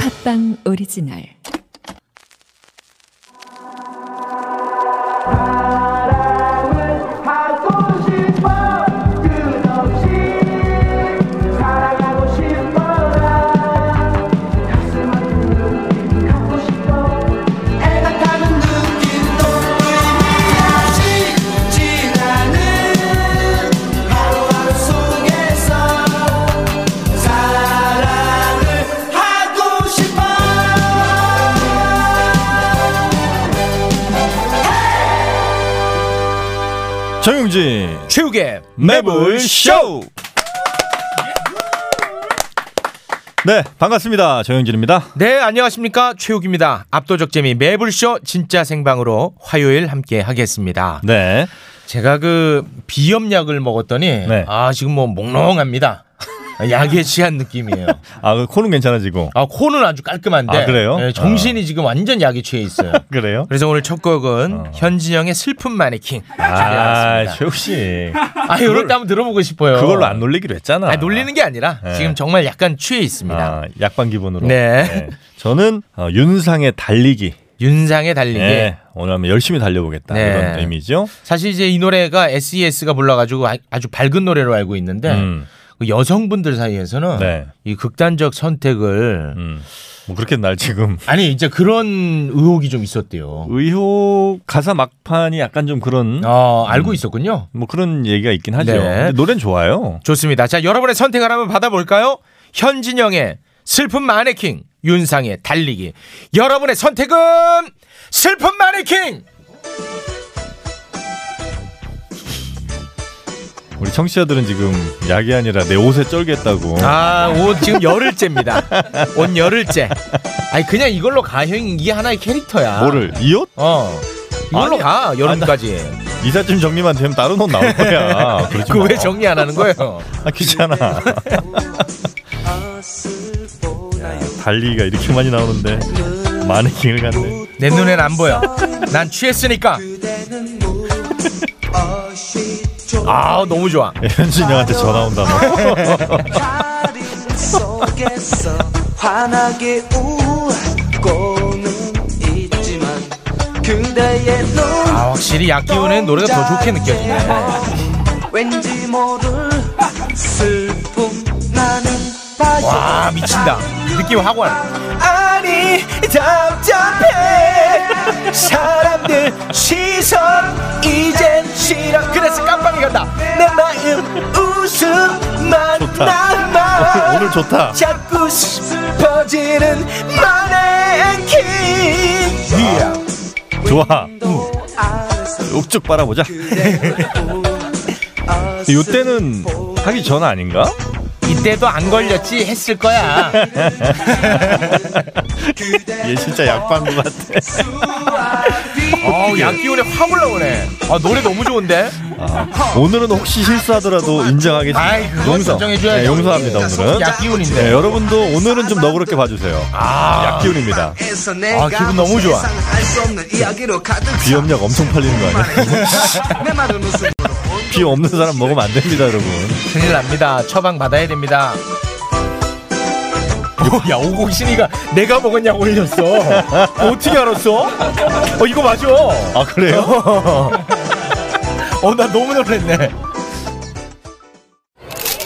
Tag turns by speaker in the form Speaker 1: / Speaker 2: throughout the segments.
Speaker 1: 팟빵 오리지널
Speaker 2: 갖고 싶어 끝없이 사랑하고 싶어라 가슴은 눈빛 갖고 싶어 애틋하는 눈빛 눈빛이 지나는 하루하루 속에서 사랑을 하고 싶어
Speaker 3: 정용진
Speaker 4: 최욱의
Speaker 3: 매불 쇼. 네 반갑습니다 정용진입니다.
Speaker 4: 네 안녕하십니까 최욱입니다 압도적 재미 매불쇼 진짜 생방으로 화요일 함께 하겠습니다
Speaker 3: 네
Speaker 4: 제가 그 비염약을 먹었더니
Speaker 3: 네.
Speaker 4: 아 지금 뭐 몽롱합니다 약에 취한 느낌이에요
Speaker 3: 아, 그 코는 괜찮아지고.
Speaker 4: 아 코는 아주 깔끔한데
Speaker 3: 아, 그래요?
Speaker 4: 예, 정신이 지금 완전 약에 취해 있어요
Speaker 3: 그래요? 어.
Speaker 4: 그래서 오늘 첫 곡은 현진영의 슬픈 마네킹
Speaker 3: 아,
Speaker 4: 준비해봤습니다.
Speaker 3: 최욱 씨.
Speaker 4: 아 이럴 때 한번 들어보고 싶어요
Speaker 3: 그걸로 안 놀리기로 했잖아.
Speaker 4: 아, 놀리는 게 아니라
Speaker 3: 네.
Speaker 4: 지금 정말 약간 취해 있습니다
Speaker 3: 아, 약반 기분으로.
Speaker 4: 네.
Speaker 3: 저는 어, 윤상의 달리기.
Speaker 4: 윤상의 달리기
Speaker 3: 네. 오늘 한번 열심히 달려보겠다.
Speaker 4: 네.
Speaker 3: 이런 의미죠.
Speaker 4: 사실 이제 이 노래가 SES가 불러가지고 아- 아주 밝은 노래로 알고 있는데
Speaker 3: 음.
Speaker 4: 그 여성분들 사이에서는
Speaker 3: 네.
Speaker 4: 이 극단적 선택을
Speaker 3: 음. 뭐 그렇게 날 지금
Speaker 4: 아니 이제 그런 의혹이 좀 있었대요.
Speaker 3: 의혹 가사 막판이 약간 좀 그런
Speaker 4: 어, 알고 있었군요.
Speaker 3: 뭐 그런 얘기가 있긴 하죠.
Speaker 4: 네.
Speaker 3: 근데 노래는 좋아요.
Speaker 4: 좋습니다. 자 여러분의 선택을 한번 받아볼까요? 현진영의 슬픈 마네킹, 윤상의 달리기. 여러분의 선택은 슬픈 마네킹.
Speaker 3: 우리 청취자들은 지금 약이 아니라 내 옷에 쩔겠다고.
Speaker 4: 아, 옷 지금 열흘째입니다. 옷 열흘째. 아니 그냥 이걸로 가형 이게 하나의 캐릭터야.
Speaker 3: 뭐를 이 옷?
Speaker 4: 어. 이걸로
Speaker 3: 아니,
Speaker 4: 가 여름까지.
Speaker 3: 이삿짐 정리만 되면 다른 옷 나올 거야. 그러지
Speaker 4: 그
Speaker 3: 마.
Speaker 4: 왜 정리 안 하는 거예요?
Speaker 3: 아, 귀찮아. 야, 달리기가 이렇게 많이 나오는데 마네킹을 갔네.
Speaker 4: 내 눈엔 안 보여. 난 취했으니까. 아 너무 좋아.
Speaker 3: 예, 현진이한테 전화 온다 너.
Speaker 5: 다리 속에서 환하게 울고는 있지만 그대의 눈
Speaker 4: 아 확실히 약기운의 노래가 더 좋게 느껴지네.
Speaker 5: 왠지 모를 슬픔 나는 봐
Speaker 4: 와 아, 미친다. 느낌 확원.
Speaker 2: 아니 답답해 사람들 시선 이젠 싫어
Speaker 4: 그래서 깜빡이 간다.
Speaker 2: 내 마음 웃음만
Speaker 3: 좋다.
Speaker 2: 남아
Speaker 3: 오늘 좋다.
Speaker 2: 자꾸 슬퍼지는 마네킹
Speaker 3: 음. 좋아. 옥죽 빨아보자. 이때는 하기 전 아닌가?
Speaker 4: 이때도 안 걸렸지 했을 거야.
Speaker 3: 얘 진짜 약반구 같아.
Speaker 4: 어 약기운에 확 올라오네. 아 노래 너무 좋은데.
Speaker 3: 오늘은 혹시 실수하더라도
Speaker 4: 아이,
Speaker 3: 인정하겠습니다.
Speaker 4: 그건 인정해줘야죠.
Speaker 3: 네, 용서합니다 오늘은.
Speaker 4: 약기운인데.
Speaker 3: 네, 여러분도 오늘은 좀 너그럽게 봐주세요.
Speaker 4: 아
Speaker 3: 약기운입니다.
Speaker 4: 아, 기분 너무 좋아.
Speaker 3: 비염약 엄청 팔리는 거 아니야?
Speaker 5: 내 말을 무슨
Speaker 3: 비 없는 사람 먹으면 안 됩니다, 여러분.
Speaker 4: 큰일 납니다. 처방 받아야 됩니다. 어, 야 오공신이가 내가 먹었냐 고 올렸어. 어떻게 알았어? 어 이거 맞아.
Speaker 3: 아 그래요?
Speaker 4: 어 나 너무 놀랐네.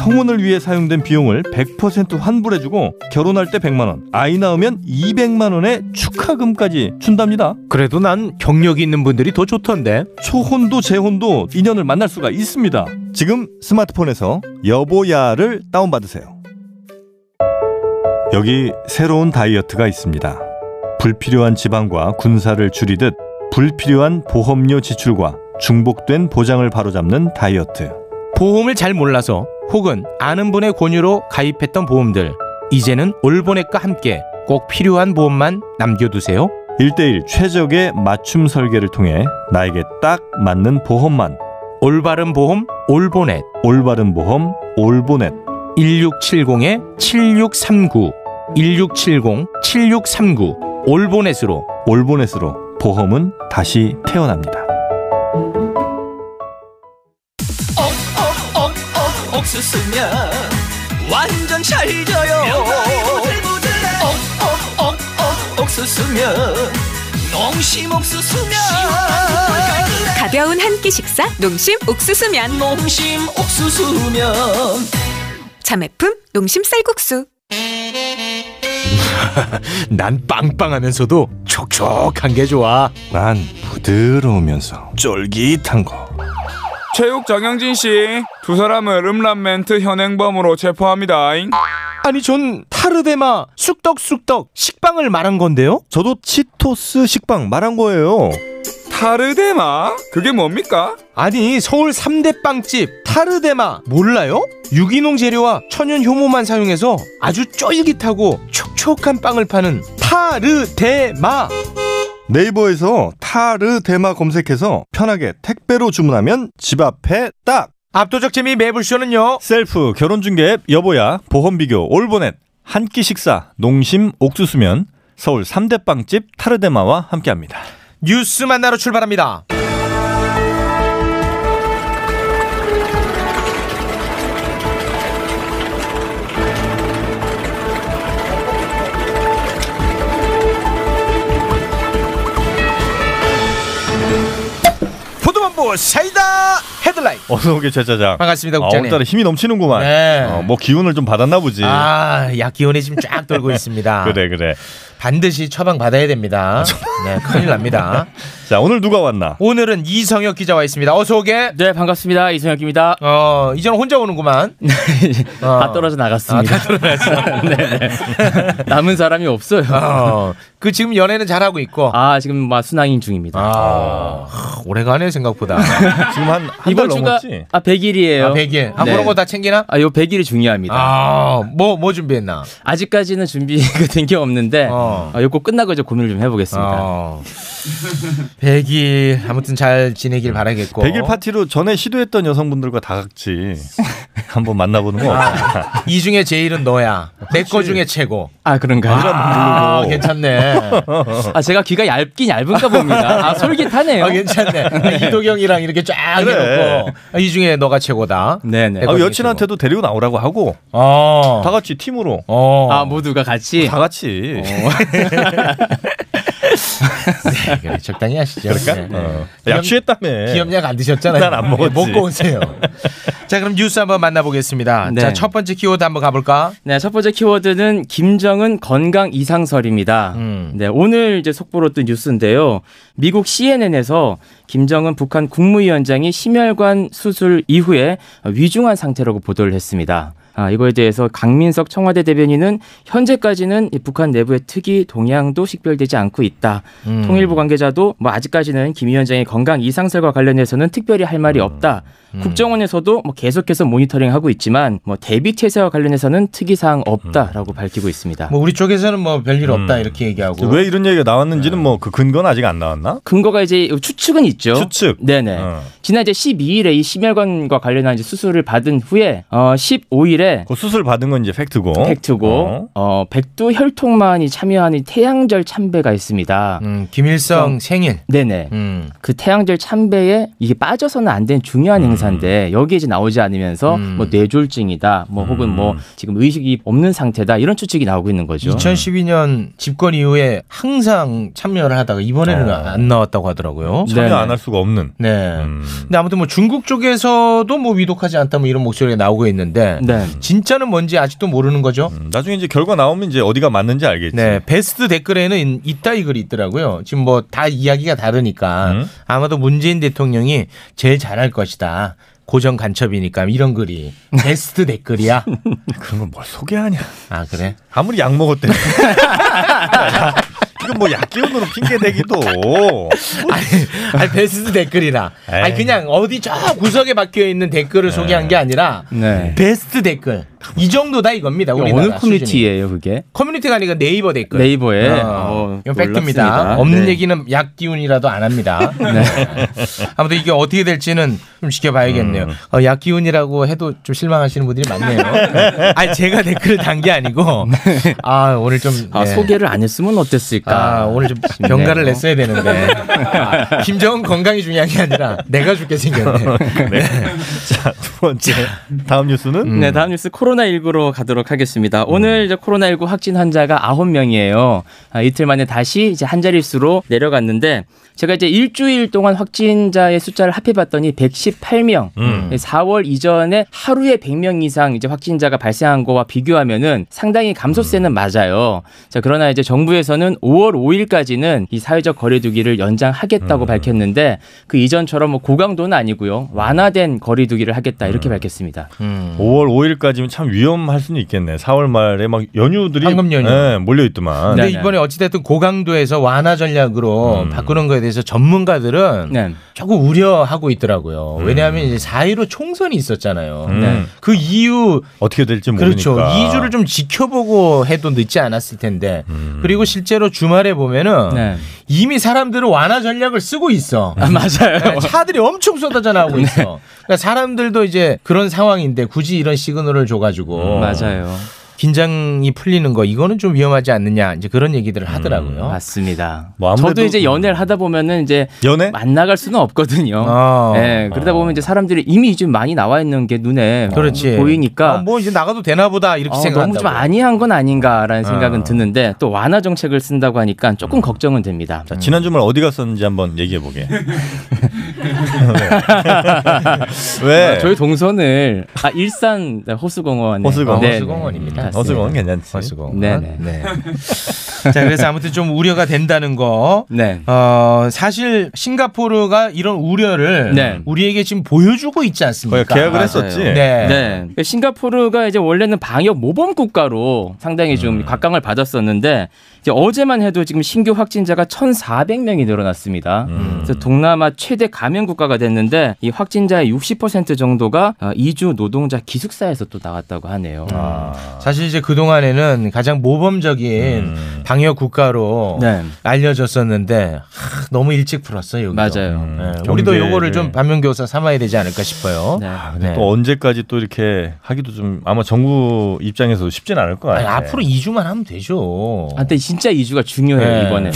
Speaker 3: 성혼을 위해 사용된 비용을 100% 환불해주고 결혼할 때 100만 원, 아이 낳으면 200만 원의 축하금까지 준답니다.
Speaker 4: 그래도 난 경력이 있는 분들이 더 좋던데.
Speaker 3: 초혼도 재혼도 인연을 만날 수가 있습니다. 지금 스마트폰에서 여보야를 다운받으세요. 여기 새로운 다이어트가 있습니다. 불필요한 지방과 군사를 줄이듯 불필요한 보험료 지출과 중복된 보장을 바로잡는 다이어트.
Speaker 4: 보험을 잘 몰라서 혹은 아는 분의 권유로 가입했던 보험들 이제는 올보넷과 함께 꼭 필요한 보험만 남겨두세요.
Speaker 3: 1대1 최적의 맞춤 설계를 통해 나에게 딱 맞는 보험만
Speaker 4: 올바른 보험 올보넷
Speaker 3: 올바른 보험 올보넷
Speaker 4: 1670-7639 1670-7639 올보넷으로
Speaker 3: 올보넷으로 보험은 다시 태어납니다.
Speaker 5: 옥수수면 어, 완전 찰져요 어, 옥옥옥옥 옥수수면 어, 농심 옥수수면
Speaker 1: 가벼운 한 끼 식사 농심 옥수수면
Speaker 5: 농심 옥수수면
Speaker 1: 자매품 농심 쌀국수
Speaker 4: 난 빵빵하면서도 촉촉한 게 좋아
Speaker 3: 난 부드러우면서 쫄깃한 거.
Speaker 6: 체육 정영진 씨, 두 사람을 음란멘트 현행범으로 체포합니다.
Speaker 4: 아니 전 타르데마 쑥떡쑥떡 식빵을 말한 건데요
Speaker 3: 저도 치토스 식빵 말한 거예요.
Speaker 6: 타르데마? 그게 뭡니까?
Speaker 4: 아니 서울 3대 빵집 타르데마 몰라요? 유기농 재료와 천연 효모만 사용해서 아주 쫄깃하고 촉촉한 빵을 파는 타르데마
Speaker 3: 네이버에서 타르데마 검색해서 편하게 택배로 주문하면 집 앞에 딱.
Speaker 4: 압도적 재미 매불쇼는요
Speaker 3: 셀프 결혼 중개 앱 여보야 보험 비교 올보넷 한 끼 식사 농심 옥수수면 서울 3대 빵집 타르데마와 함께합니다.
Speaker 4: 뉴스 만나러 출발합니다 포도만보 사이다 헤드라인
Speaker 3: 어서 오게 제자장.
Speaker 4: 반갑습니다,
Speaker 3: 아,
Speaker 4: 국장님.
Speaker 3: 오늘따라 힘이 넘치는구만.
Speaker 4: 네.
Speaker 3: 어, 뭐 기운을 좀 받았나 보지.
Speaker 4: 아, 약 기운이 지금 쫙 돌고 있습니다.
Speaker 3: 그래 그래.
Speaker 4: 반드시 처방 받아야 됩니다. 네, 큰일 납니다.
Speaker 3: 자 오늘 누가 왔나?
Speaker 4: 오늘은 이성혁 기자와 있습니다. 어서 오게.
Speaker 7: 네 반갑습니다 이승혁입니다.
Speaker 4: 어, 이제는 혼자 오는구만. 어.
Speaker 7: 네. 다 떨어져 아, 나갔습니다. 네네. 남은 사람이 없어요.
Speaker 4: 어, 그 지금 연애는 잘하고 있고. 아,
Speaker 7: 아 지금 막 순항인 중입니다.
Speaker 4: 하, 오래가네 생각보다.
Speaker 3: 지금 한한 달
Speaker 7: 이번 주가
Speaker 3: 넘었지.
Speaker 7: 아 100일이에요.
Speaker 4: 아, 100일. 아,
Speaker 7: 네.
Speaker 4: 그런 거 다 챙기나?
Speaker 7: 아, 요 100일이 중요합니다.
Speaker 4: 아, 뭐, 뭐 준비했나?
Speaker 7: 아. 직까지는 준비가 그 된 게 없는데
Speaker 4: 어.
Speaker 7: 아, 요거 끝나고 이제 고민을 좀 해보겠습니다.
Speaker 4: 어. 100일, 아무튼 잘 지내길 바라겠고.
Speaker 3: 100일 파티로 전에 시도했던 여성분들과 다 같이 한번 만나보는 거 어때?
Speaker 4: 이 중에 제일은 너야. 내 거 중에 최고.
Speaker 7: 아 그런가요?
Speaker 4: 아, 괜찮네.
Speaker 7: 아 제가 귀가 얇긴 얇은가 봅니다. 아 솔깃하네요.
Speaker 4: 아 괜찮네. 이도경이랑 이렇게 쫙
Speaker 3: 그래.
Speaker 4: 해놓고 아, 이 중에 너가 최고다.
Speaker 7: 네네.
Speaker 3: 아, 여친한테도 데리고 나오라고 하고
Speaker 4: 어.
Speaker 3: 다 같이 팀으로
Speaker 4: 어.
Speaker 7: 아 모두가 같이
Speaker 3: 다 같이
Speaker 4: 네, 그래, 적당히 하시죠. 네, 네.
Speaker 3: 어. 약 취했다며.
Speaker 4: 기업약 안 드셨잖아요.
Speaker 3: 예. 난안 먹었지.
Speaker 4: 네, 먹고 오세요. 자 그럼 뉴스 한번 만나보겠습니다.
Speaker 7: 네.
Speaker 4: 자 첫 번째 키워드 한번 가볼까?
Speaker 7: 네, 첫 번째 키워드는 김정은 건강 이상설입니다.
Speaker 4: 음.
Speaker 7: 네, 오늘 이제 속보로 뜬 뉴스인데요. 미국 CNN에서 김정은 북한 국무위원장이 심혈관 수술 이후에 위중한 상태라고 보도를 했습니다. 아, 이거에 대해서 강민석 청와대 대변인은 현재까지는 이 북한 내부의 특이 동향도 식별되지 않고 있다. 통일부 관계자도 뭐 아직까지는 김 위원장의 건강 이상설과 관련해서는 특별히 할 말이 없다. 국정원에서도 뭐 계속해서 모니터링하고 있지만 뭐 대비 태세와 관련해서는 특이 사항 없다라고 밝히고 있습니다.
Speaker 4: 뭐 우리 쪽에서는 뭐 별일 없다 이렇게 얘기하고.
Speaker 3: 음. 왜 이런 얘기가 나왔는지는
Speaker 4: 네.
Speaker 3: 뭐 그 근거는 아직 안 나왔나?
Speaker 7: 근거가 이제 추측은 있죠.
Speaker 3: 추측.
Speaker 7: 네네.
Speaker 3: 어.
Speaker 7: 지난 이제 12일에 이 심혈관과 관련한 이제 수술을 받은 후에 어 15일에
Speaker 3: 그 수술 받은 건 이제 팩트고.
Speaker 7: 팩트고 어? 백두 혈통만이 참여하는 태양절 참배가 있습니다.
Speaker 4: 음, 김일성 생일.
Speaker 7: 네네.
Speaker 4: 음.
Speaker 7: 그 태양절 참배에 이게 빠져서는 안 되는 중요한 행사인데 여기에 이제 나오지 않으면서
Speaker 4: 음.
Speaker 7: 뭐 뇌졸중이다, 뭐 혹은 뭐 지금 의식이 없는 상태다 이런 추측이 나오고 있는 거죠.
Speaker 4: 2012년 집권 이후에 항상 참여를 하다가 이번에는
Speaker 3: 어.
Speaker 4: 안 나왔다고 하더라고요.
Speaker 3: 참여
Speaker 7: 네네.
Speaker 3: 안 할 수가 없는.
Speaker 4: 네.
Speaker 3: 음.
Speaker 4: 근데 아무튼 뭐 중국 쪽에서도 뭐 위독하지 않다 뭐 이런 목소리가 나오고 있는데
Speaker 7: 네.
Speaker 4: 진짜는 뭔지 아직도 모르는 거죠.
Speaker 3: 음, 나중에 이제 결과 나오면 이제 어디가 맞는지 알겠지.
Speaker 4: 네, 베스트 댓글에는 이따 이 글이 있더라고요. 지금 뭐 다 이야기가 다르니까
Speaker 3: 음.
Speaker 4: 아마도 문재인 대통령이 제일 잘할 것이다. 고정 간첩이니까 이런 글이 베스트 댓글이야.
Speaker 3: 그런 걸 뭘 소개하냐.
Speaker 4: 아 그래?
Speaker 3: 아무리 약 먹었대. 이건 뭐 약 기운으로 핑계 대기도.
Speaker 4: 아니, 아니 베스트 댓글이라. 아니
Speaker 3: 에이.
Speaker 4: 그냥 어디 저 구석에 박혀 있는 댓글을 소개한 게 아니라
Speaker 7: 네.
Speaker 4: 베스트 댓글. 이 정도다 이겁니다. 우리나라
Speaker 7: 어느
Speaker 4: 수준이.
Speaker 7: 커뮤니티예요 그게?
Speaker 4: 커뮤니티가 아니라 네이버 댓글.
Speaker 7: 네이버에
Speaker 4: 어,
Speaker 7: 어,
Speaker 4: 이건 팩트입니다.
Speaker 7: 놀랍습니다.
Speaker 4: 없는
Speaker 7: 네.
Speaker 4: 얘기는 약 기운이라도 안 합니다. 아무튼 이게 어떻게 될지는 좀 지켜봐야겠네요.
Speaker 7: 음.
Speaker 4: 어, 약 기운이라고 해도 좀 실망하시는 분들이 많네요. 아니 제가 댓글을 단 게 아니고 아 오늘 좀
Speaker 7: 네. 아,
Speaker 4: 네.
Speaker 7: 소개를 안 했으면 어땠을까?
Speaker 4: 아, 오늘 좀
Speaker 7: 싶네요.
Speaker 4: 병가를 냈어야 되는데 아, 김정은 건강이 중요한 게 아니라 내가 죽게 생겼네.
Speaker 3: 자, 두 번째. 다음 뉴스는
Speaker 7: 네, 다음 뉴스 코로나19로 가도록 하겠습니다. 오늘 이제 코로나19 확진 환자가 9명이에요. 아, 이틀 만에 다시 이제 한 자릿수로 내려갔는데 제가 이제 일주일 동안 확진자의 숫자를 합해봤더니 118명. 4월 이전에 하루에 100명 이상 이제 확진자가 발생한 거와 비교하면은 상당히 감소세는 맞아요. 자, 그러나 이제 정부에서는 5월 5일까지는 이 사회적 거리두기를 연장하겠다고 밝혔는데 그 이전처럼 뭐 고강도는 아니고요. 완화된 거리두기를 하겠다 이렇게 밝혔습니다.
Speaker 3: 5월 5일까지면 참 위험할 수는 있겠네. 4월 말에 막 연휴들이
Speaker 4: 황금 연휴.
Speaker 3: 예, 몰려 있더만.
Speaker 7: 네. 음.
Speaker 4: 근데 이번에 어찌됐든 고강도에서 완화 전략으로 바꾸는 거에 대해서 전문가들은
Speaker 7: 네.
Speaker 4: 조금 우려하고 있더라고요. 왜냐하면 이제 4.15 총선이 있었잖아요.
Speaker 3: 음.
Speaker 4: 그 이후
Speaker 3: 어떻게 될지 모르니까.
Speaker 4: 그렇죠. 2주를 좀 지켜보고 해도 늦지 않았을 텐데.
Speaker 3: 음.
Speaker 4: 그리고 실제로 주말에 보면은
Speaker 7: 네.
Speaker 4: 이미 사람들은 완화 전략을 쓰고 있어.
Speaker 3: 음.
Speaker 4: 네,
Speaker 7: 아, 맞아요.
Speaker 4: 차들이 엄청 쏟아져 나오고
Speaker 3: 네.
Speaker 4: 있어. 그러니까 사람들도 이제 그런 상황인데 굳이 이런 시그널을 줘가지고
Speaker 7: 네.
Speaker 3: 음.
Speaker 7: 맞아요.
Speaker 4: 긴장이 풀리는 거 이거는 좀 위험하지 않느냐 이제 그런 얘기들을
Speaker 3: 음.
Speaker 4: 하더라고요.
Speaker 7: 맞습니다.
Speaker 3: 뭐 아무래도- 네?
Speaker 7: 저도 이제 연애를 하다 보면은 이제
Speaker 3: 연애?
Speaker 7: 안 나갈 수는 없거든요.
Speaker 4: 아.
Speaker 7: 예, 그러다 보면 이제 사람들이 이미 좀 많이 나와 있는 게 눈에
Speaker 4: 그렇지.
Speaker 7: 보이니까
Speaker 4: 아, 뭐 이제 나가도 되나 보다 이렇게
Speaker 7: 어,
Speaker 4: 생각한다고.
Speaker 7: 너무 좀 안이한 건 아닌가라는 생각은 드는데 또 완화 정책을 쓴다고 하니까 조금 걱정은 됩니다.
Speaker 3: 자, 지난 주말 어디 갔었는지 한번 얘기해 보게. 왜?
Speaker 7: 아, 저희 동선을 아 일산 호수공원
Speaker 3: 네. 호수공원.
Speaker 7: 네,
Speaker 4: 호수공원입니다.
Speaker 3: 음,
Speaker 7: 네,
Speaker 3: 어수건 괜찮지.
Speaker 4: 버스고.
Speaker 7: 네네.
Speaker 4: 네. 자 그래서 아무튼 좀 우려가 된다는 거.
Speaker 7: 네.
Speaker 4: 어 사실 싱가포르가 이런 우려를
Speaker 7: 네.
Speaker 4: 우리에게 지금 보여주고 있지
Speaker 3: 거의
Speaker 4: 않습니까?
Speaker 3: 계약을
Speaker 7: 그러니까 맞아요.
Speaker 3: 했었지.
Speaker 4: 네.
Speaker 7: 네. 싱가포르가 이제 원래는 방역 모범 국가로 상당히
Speaker 3: 음.
Speaker 7: 좀 각광을 받았었는데 이제 어제만 해도 지금 신규 확진자가 1,400명이 늘어났습니다.
Speaker 3: 음.
Speaker 7: 그래서 동남아 최대 감염 국가가 됐는데 이 확진자의 60% 정도가 아, 이주 노동자 기숙사에서 또 나왔다고 하네요.
Speaker 3: 아.
Speaker 4: 사실 이제 그 동안에는 가장 모범적인 방역 국가로
Speaker 7: 네.
Speaker 4: 알려졌었는데 하, 너무 일찍 풀었어요. 여기도.
Speaker 7: 맞아요.
Speaker 4: 네, 우리도
Speaker 3: 경제를-
Speaker 4: 요거를 좀 반면교사 삼아야 되지 않을까 싶어요.
Speaker 7: 네.
Speaker 3: 아, 근데
Speaker 4: 네.
Speaker 3: 또 언제까지 또 이렇게 하기도 좀 아마 정부 입장에서도 쉽진 않을 것
Speaker 4: 아니,
Speaker 3: 같아.
Speaker 4: 앞으로 2주만 하면 되죠.
Speaker 7: 아, 근데 진짜 이주가 중요해요
Speaker 4: 네.
Speaker 7: 이번에.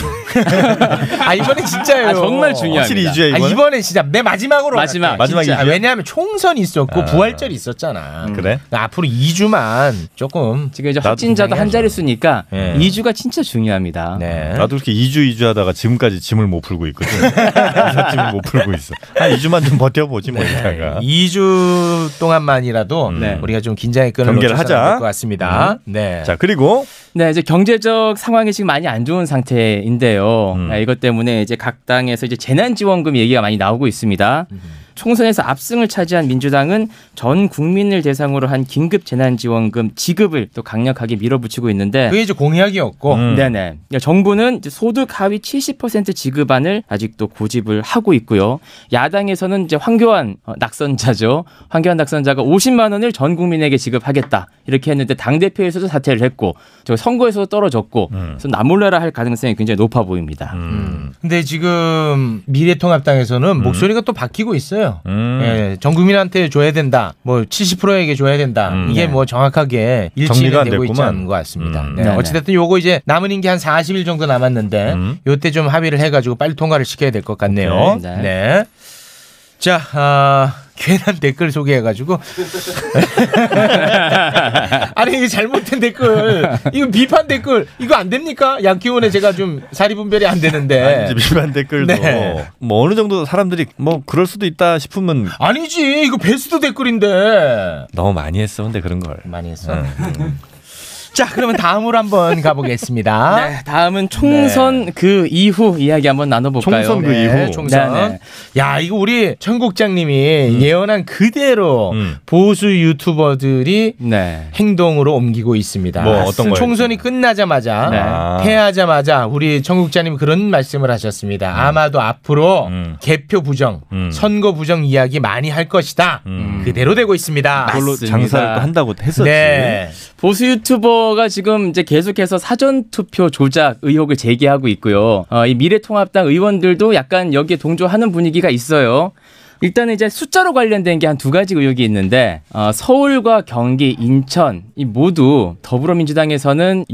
Speaker 4: 아 이번에 진짜예요.
Speaker 7: 아, 정말 중요합니다.
Speaker 3: 확실히 2주야
Speaker 4: 아,
Speaker 3: 이번에.
Speaker 4: 이번에 진짜 내 마지막으로
Speaker 7: 마지막,
Speaker 4: 갈게요.
Speaker 3: 마지막
Speaker 4: 진짜.
Speaker 3: 이주야? 아. 음.
Speaker 4: 왜냐하면 총선이 있었고 부활절이 있었잖아.
Speaker 3: 그래?
Speaker 4: 그러니까 앞으로 2주만 조금
Speaker 7: 지금 이제
Speaker 3: 나도
Speaker 7: 확진자도 한 자리 수니까
Speaker 4: 네.
Speaker 7: 이주가 진짜 중요합니다.
Speaker 4: 네.
Speaker 3: 나도 이렇게 2주 2주 하다가 지금까지 짐을 못 풀고 있거든. 그래서 짐을 못 풀고 있어. 한 2주만 좀 버텨보지
Speaker 4: 네.
Speaker 3: 뭐 이러다가.
Speaker 4: 2주 동안만이라도
Speaker 7: 네.
Speaker 4: 우리가 좀 긴장의 끈을
Speaker 3: 음. 경계를
Speaker 4: 놓쳐서는 안
Speaker 3: 하자. 음.
Speaker 4: 될것 같습니다. 네.
Speaker 3: 자 그리고
Speaker 7: 네, 이제 경제적 상황이 지금 많이 안 좋은 상태인데요. 네, 이것 때문에 이제 각 당에서 이제 재난지원금 얘기가 많이 나오고 있습니다. 총선에서 압승을 차지한 민주당은 전 국민을 대상으로 한 긴급 재난지원금 지급을 또 강력하게 밀어붙이고 있는데
Speaker 4: 그게 이제 공약이었고
Speaker 3: 음.
Speaker 7: 네네. 그러니까 정부는 이제 소득 하위 70% 지급안을 아직도 고집을 하고 있고요. 야당에서는 이제 황교안 어, 낙선자죠. 황교안 낙선자가 50만 원을 전 국민에게 지급하겠다 이렇게 했는데 당 대표에서도 사퇴를 했고, 저 선거에서도 떨어졌고, 그래서 나몰라라 할 가능성이 굉장히 높아 보입니다.
Speaker 4: 근데 지금 미래통합당에서는 목소리가 또 바뀌고 있어요.
Speaker 3: 음.
Speaker 4: 예, 전 국민한테 줘야 된다. 뭐 70%에게 줘야 된다. 이게 뭐 정확하게
Speaker 3: 음. 네. 정리가
Speaker 4: 일치가
Speaker 3: 안
Speaker 4: 되고 있지
Speaker 3: 됐구만.
Speaker 4: 않은 것 같습니다.
Speaker 3: 음.
Speaker 4: 네,
Speaker 7: 네네.
Speaker 4: 어찌됐든 요거 이제 남은 게 한 40일 정도 남았는데
Speaker 3: 음.
Speaker 4: 요때 좀 합의를 해가지고 빨리 통과를 시켜야 될 것 같네요.
Speaker 7: 오케이,
Speaker 4: 네.
Speaker 7: 네.
Speaker 4: 자, 아, 괜한 댓글 소개해가지고 아니 이게 잘못된 댓글, 이거 비판 댓글 이거 안 됩니까? 양기원에 제가 좀 사리 분별이 안 되는데.
Speaker 3: 이제 비판 댓글도
Speaker 4: 네.
Speaker 3: 뭐 어느 정도 사람들이 뭐 그럴 수도 있다 싶으면
Speaker 4: 아니지 이거 베스트 댓글인데
Speaker 3: 너무 많이 했어 근데 그런 걸.
Speaker 4: 많이 했어 자, 그러면 다음으로 한번
Speaker 3: 아?
Speaker 4: 가보겠습니다.
Speaker 7: 네, 다음은 총선 그 이후 이야기 한번 나눠볼까요?
Speaker 3: 네. 총선 그
Speaker 4: 네,
Speaker 3: 이후
Speaker 4: 총선.
Speaker 7: 네, 네.
Speaker 4: 야, 이거 우리 청국장님이 예언한 그대로
Speaker 8: 음.
Speaker 4: 보수 유튜버들이
Speaker 7: 네.
Speaker 4: 행동으로 옮기고 있습니다.
Speaker 8: 뭐 어떤 거예요?
Speaker 4: 총선이 끝나자마자
Speaker 8: 네.
Speaker 4: 패하자마자 우리 청국장님 그런 말씀을 하셨습니다. 아마도 앞으로
Speaker 8: 음.
Speaker 4: 개표 부정,
Speaker 8: 음.
Speaker 4: 선거 부정 이야기 많이 할 것이다. 그대로 되고 있습니다.
Speaker 3: 그걸로
Speaker 7: 맞습니다.
Speaker 3: 장사를 또 한다고 했었지.
Speaker 4: 네.
Speaker 7: 보수 유튜버가 지금 이제 계속해서 사전 투표 조작 의혹을 제기하고 있고요. 어, 이 미래통합당 의원들도 약간 여기에 동조하는 분위기가 있어요. 일단 은 이제 숫자로 관련된 게 한 두 가지 의혹이 있는데 어, 서울과 경기, 인천 이 모두 더불어민주당에서는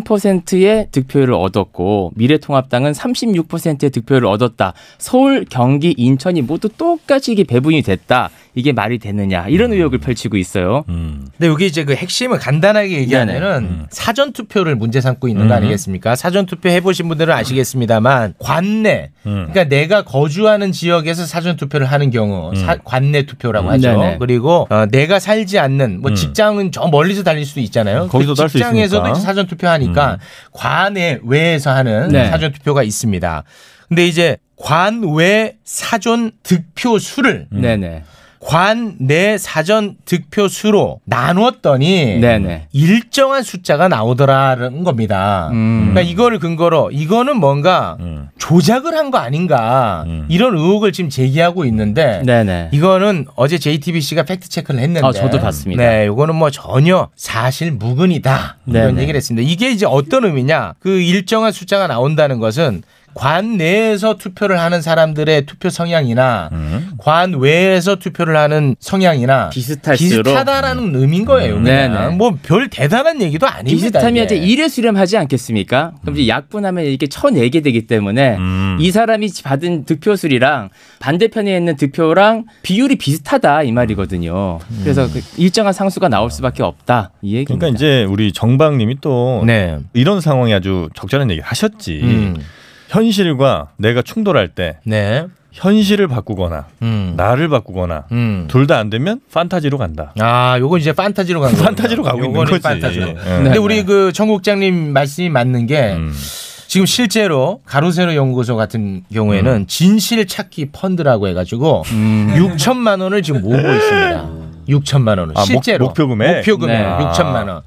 Speaker 7: 63%의 득표율을 얻었고 미래통합당은 36%의 득표율을 얻었다. 서울, 경기, 인천이 모두 똑같이 이게 배분이 됐다. 이게 말이 되느냐 이런 의혹을 펼치고 있어요.
Speaker 8: 음.
Speaker 4: 근데 여기 이제 그 핵심을 간단하게
Speaker 3: 네,
Speaker 4: 얘기하면은
Speaker 3: 음.
Speaker 4: 사전 투표를 문제 삼고 있는 거 아니겠습니까? 사전 투표 해보신 분들은 아시겠습니다만 관내
Speaker 3: 음.
Speaker 4: 그러니까 내가 거주하는 지역에서 사전 투표를 하는
Speaker 3: 음.
Speaker 4: 경우 사- 관내 투표라고 하죠.
Speaker 7: 네네.
Speaker 4: 그리고 어, 내가 살지 않는 뭐 직장은 저 멀리서 달릴 수도 있잖아요.
Speaker 3: 음. 거기서도 할수
Speaker 4: 직장에서도
Speaker 3: 있으니까. 음.
Speaker 4: 이제 사전 투표하니까 관내 외에서 하는
Speaker 7: 네.
Speaker 4: 사전 투표가 있습니다. 근데 이제 관외 사전 득표 수를
Speaker 7: 네네.
Speaker 4: 관내 사전 득표 수로 나눴더니
Speaker 7: 네네.
Speaker 4: 일정한 숫자가 나오더라는 겁니다.
Speaker 7: 음.
Speaker 4: 그러니까 이거를 근거로 이거는 뭔가
Speaker 8: 음.
Speaker 4: 조작을 한 거 아닌가 이런 의혹을 지금 제기하고 있는데
Speaker 7: 음. 네네.
Speaker 4: 이거는 어제 JTBC가 팩트 체크를 했는데
Speaker 7: 아, 저도 봤습니다.
Speaker 4: 네, 이거는 뭐 전혀 사실 무근이다 이런
Speaker 7: 네네.
Speaker 4: 얘기를 했습니다. 이게 이제 어떤 의미냐? 그 일정한 숫자가 나온다는 것은 관 내에서 투표를 하는 사람들의 투표 성향이나
Speaker 7: 음.
Speaker 4: 관 외에서 투표를 하는 성향이나
Speaker 7: 비슷할수록. 음.
Speaker 4: 다라는 의미인 거예요.
Speaker 7: 네네.
Speaker 4: 그냥 뭐별 대단한 얘기도 아닙니다.
Speaker 7: 비슷하면
Speaker 4: 이게.
Speaker 7: 이제 일회 수렴하지 않겠습니까? 그럼 이제 약분하면 이게 쳐내게 되기 때문에 이 사람이 받은 득표수랑 반대편에 있는 득표랑 비율이 비슷하다 이 말이거든요. 그래서 그 일정한 상수가 나올 수밖에 없다 이 얘기입니다.
Speaker 8: 그러니까 이제 우리 정박님이 또
Speaker 4: 네.
Speaker 8: 이런 상황이 아주 적절한 얘기를 하셨지.
Speaker 4: 음.
Speaker 8: 현실과 내가 충돌할 때
Speaker 4: 네.
Speaker 8: 현실을 바꾸거나
Speaker 4: 음.
Speaker 8: 나를 바꾸거나
Speaker 4: 음.
Speaker 8: 둘 다 안 되면 판타지로 간다.
Speaker 4: 아, 요건 이제 판타지로 간 거예요.
Speaker 8: 판타지로 가고 있는 거지.
Speaker 4: 판타지로.
Speaker 8: 예.
Speaker 4: 근데 우리 그 청국장님 말씀이 맞는 게
Speaker 8: 음.
Speaker 4: 지금 실제로 가로세로 연구소 같은 경우에는
Speaker 8: 음.
Speaker 4: 진실 찾기 펀드라고 해가지고 6천만 원을 지금 모으고 있습니다. 6천만 원을
Speaker 8: 아, 목-
Speaker 4: 실제로
Speaker 8: 목표 금액? 아.
Speaker 4: 목표 금액
Speaker 7: 네.
Speaker 4: 6천만 원.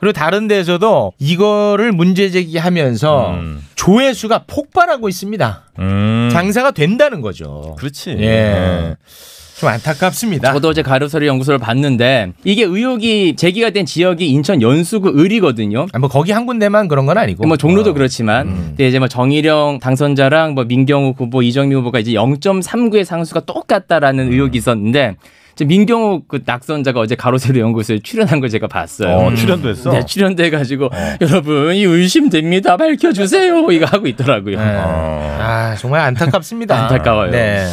Speaker 4: 그리고 다른 데서도 이거를 문제 제기하면서
Speaker 8: 음.
Speaker 4: 조회수가 폭발하고 있습니다.
Speaker 8: 음.
Speaker 4: 장사가 된다는 거죠.
Speaker 8: 그렇지.
Speaker 3: 네.
Speaker 8: 네.
Speaker 4: 예. 좀 안타깝습니다.
Speaker 7: 저도 어제 가로세로 연구소를 봤는데 이게 의혹이 제기가 된 지역이 인천 연수구 을이거든요.
Speaker 4: 아, 뭐 거기 한 군데만 그런 건 아니고.
Speaker 7: 뭐 종로도
Speaker 4: 어.
Speaker 7: 그렇지만 근데 이제 뭐 정일영 당선자랑 뭐 민경욱 후보 이정미 후보가 이제 0.39의 상수가 똑같다라는
Speaker 4: 음.
Speaker 7: 의혹이 있었는데 이제 민경욱 그 낙선자가 어제 가로세로 연구소에 출연한 걸 제가 봤어요.
Speaker 4: 음.
Speaker 8: 어, 출연도 했어.
Speaker 7: 네, 출연돼 가지고
Speaker 4: 어.
Speaker 7: 여러분 이 의심됩니다. 밝혀 주세요. 이거 하고 있더라고요.
Speaker 4: 네.
Speaker 8: 어.
Speaker 4: 아 정말 안타깝습니다.
Speaker 7: 안타까워요.
Speaker 4: 네.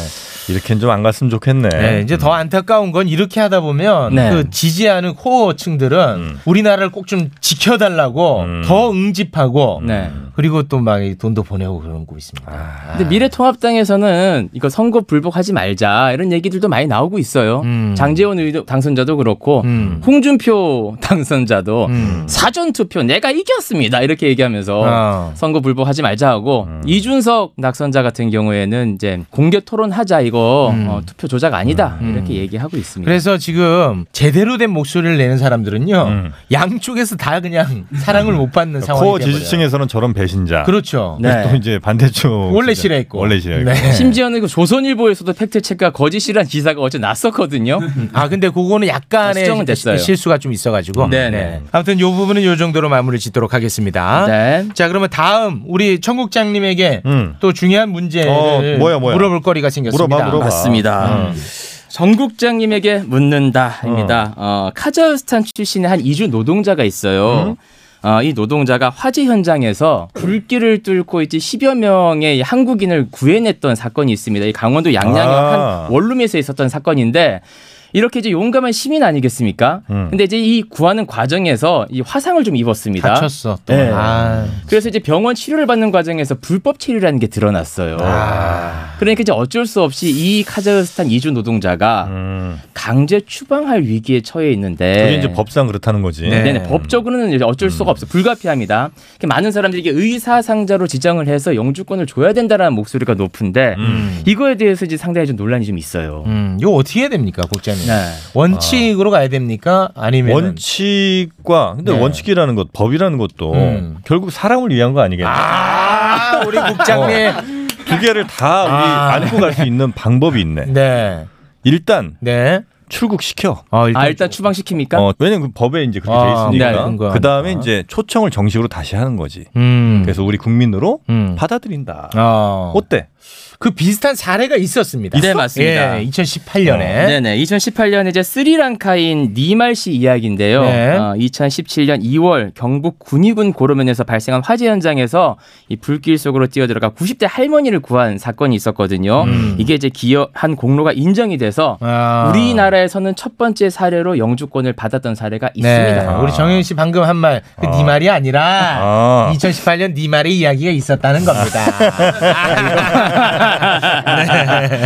Speaker 8: 이렇게는 좀 안 갔으면 좋겠네.
Speaker 4: 네, 이제 더 안타까운 건 이렇게 하다 보면
Speaker 7: 네.
Speaker 4: 그 지지하는 코어층들은 우리나라를 꼭 좀 지켜달라고
Speaker 8: 음.
Speaker 4: 더 응집하고
Speaker 7: 네.
Speaker 4: 그리고 또 막 돈도 보내고 그런 거 있습니다.
Speaker 7: 근데
Speaker 4: 아.
Speaker 7: 미래통합당에서는 이거 선거 불복하지 말자 이런 얘기들도 많이 나오고 있어요.
Speaker 4: 음.
Speaker 7: 장재원 의도 당선자도 그렇고
Speaker 4: 음.
Speaker 7: 홍준표 당선자도
Speaker 4: 음.
Speaker 7: 사전 투표 내가 이겼습니다 이렇게 얘기하면서
Speaker 4: 아. 음.
Speaker 7: 선거 불복하지 말자 하고 이준석 낙선자 같은 경우에는 이제 공개 토론하자 이거 어, 투표 조작 아니다 이렇게 얘기하고
Speaker 4: 음.
Speaker 7: 있습니다.
Speaker 4: 그래서 지금 제대로 된 목소리를 내는 사람들은요
Speaker 8: 음.
Speaker 4: 양쪽에서 다 그냥 사랑을 못
Speaker 3: 음.
Speaker 4: 받는 상황이
Speaker 8: 코어
Speaker 4: 돼버려요.
Speaker 8: 지지층에서는 저런 배신자.
Speaker 4: 그렇죠.
Speaker 7: 네.
Speaker 8: 또 이제 반대쪽
Speaker 4: 원래
Speaker 8: 진짜-
Speaker 4: 싫어했고
Speaker 8: 원래 싫어했고.
Speaker 4: 네.
Speaker 7: 심지어는 그 조선일보에서도 팩트체크가 거짓이란 기사가 어제 났었거든요.
Speaker 4: 아 근데 그거는 약간의
Speaker 7: 수정은 됐어요.
Speaker 4: 실수가 좀 있어가지고
Speaker 7: 네네.
Speaker 4: 아무튼 요 부분은 요 정도로 마무리 짓도록 하겠습니다.
Speaker 7: 네.
Speaker 4: 자 그러면 다음 우리 청국장님에게
Speaker 8: 음.
Speaker 4: 또 중요한 문제를
Speaker 8: 어, 뭐야, 뭐야.
Speaker 4: 물어볼 거리가 생겼습니다.
Speaker 8: 물어봐, 음. 물어봐.
Speaker 7: 아, 맞습니다. 전국장님에게
Speaker 8: 음.
Speaker 7: 묻는다입니다. 어. 카자흐스탄 출신의 한 이주 노동자가
Speaker 8: 음.
Speaker 7: 있어요. 어, 이 노동자가 화재 현장에서 불길을 뚫고 이제 10여 명의 한국인을 구해냈던 사건이 있습니다. 이 강원도 양양의
Speaker 8: 아.
Speaker 7: 한 원룸에서 있었던 사건인데 이렇게 이제 용감한 시민 아니겠습니까?
Speaker 8: 음.
Speaker 7: 근데 이제 이 구하는 과정에서 이 화상을 좀 입었습니다.
Speaker 4: 다쳤어. 또.
Speaker 7: 네.
Speaker 4: 아,
Speaker 7: 그래서 이제 병원 치료를 받는 과정에서 불법 체류라는 게 드러났어요.
Speaker 3: 아.
Speaker 7: 그러니까 이제 어쩔 수 없이 이 카자흐스탄 이주
Speaker 4: 아.
Speaker 7: 노동자가
Speaker 3: 음.
Speaker 7: 강제 추방할 위기에 처해 있는데
Speaker 3: 그게 이제 법상 음. 그렇다는 거지.
Speaker 4: 네.
Speaker 7: 네네, 법적으로는 이제 어쩔 수가 없어 불가피합니다. 이렇게 많은 사람들이 이게 의사상자로 지정을 해서 영주권을 줘야 된다라는 목소리가 높은데
Speaker 3: 음.
Speaker 7: 이거에 대해서 이제 상당히 좀 논란이 좀 있어요.
Speaker 4: 음, 이거 어떻게 해야 됩니까, 국장님?
Speaker 7: 네.
Speaker 4: 원칙으로 가야 됩니까? 아니면
Speaker 3: 원칙과 근데
Speaker 4: 네.
Speaker 3: 원칙이라는 것, 법이라는 것도
Speaker 4: 음.
Speaker 3: 결국 사람을 위한 거 아니겠냐.
Speaker 4: 아, 우리 국장님.
Speaker 7: 어.
Speaker 3: 두 개를 다 우리
Speaker 4: 아.
Speaker 3: 안고 갈 수 있는 방법이 있네.
Speaker 4: 네,
Speaker 3: 일단
Speaker 4: 네.
Speaker 3: 출국시켜.
Speaker 4: 아,
Speaker 7: 아 일단 추방시킵니까?
Speaker 3: 어, 왜냐면 그 법에 이제 그렇게
Speaker 4: 그러니까? 아,
Speaker 3: 돼
Speaker 4: 네,
Speaker 3: 있으니까.
Speaker 4: 근거하니까.
Speaker 3: 그 다음에 이제 초청을 정식으로 다시 하는 거지.
Speaker 4: 음.
Speaker 3: 그래서 우리 국민으로
Speaker 4: 음.
Speaker 3: 받아들인다.
Speaker 4: 어.
Speaker 3: 어때?
Speaker 4: 그 비슷한 사례가 있었습니다.
Speaker 7: 네, 맞습니다. 어.
Speaker 4: 예, 2018년에.
Speaker 7: 네네. 2018년에 이제 스리랑카인 니말 씨 이야기인데요.
Speaker 4: 네.
Speaker 7: 어, 2017년 2월 경북 군위군 고로면에서 발생한 화재 현장에서 이 불길 속으로 뛰어들어가 90대 할머니를 구한 사건이 있었거든요. 이게 이제 기여한 공로가 인정이 돼서
Speaker 4: 음. 아.
Speaker 7: 우리나라에서는 첫 번째 사례로 영주권을 받았던 사례가
Speaker 4: 네,
Speaker 7: 있습니다.
Speaker 4: 우리 정현 씨 방금 한 말, 그
Speaker 7: 아.
Speaker 4: 네 말이 아니라
Speaker 3: 아.
Speaker 4: 2018년 네 말의 이야기가 있었다는 겁니다.
Speaker 7: 아, 깔깔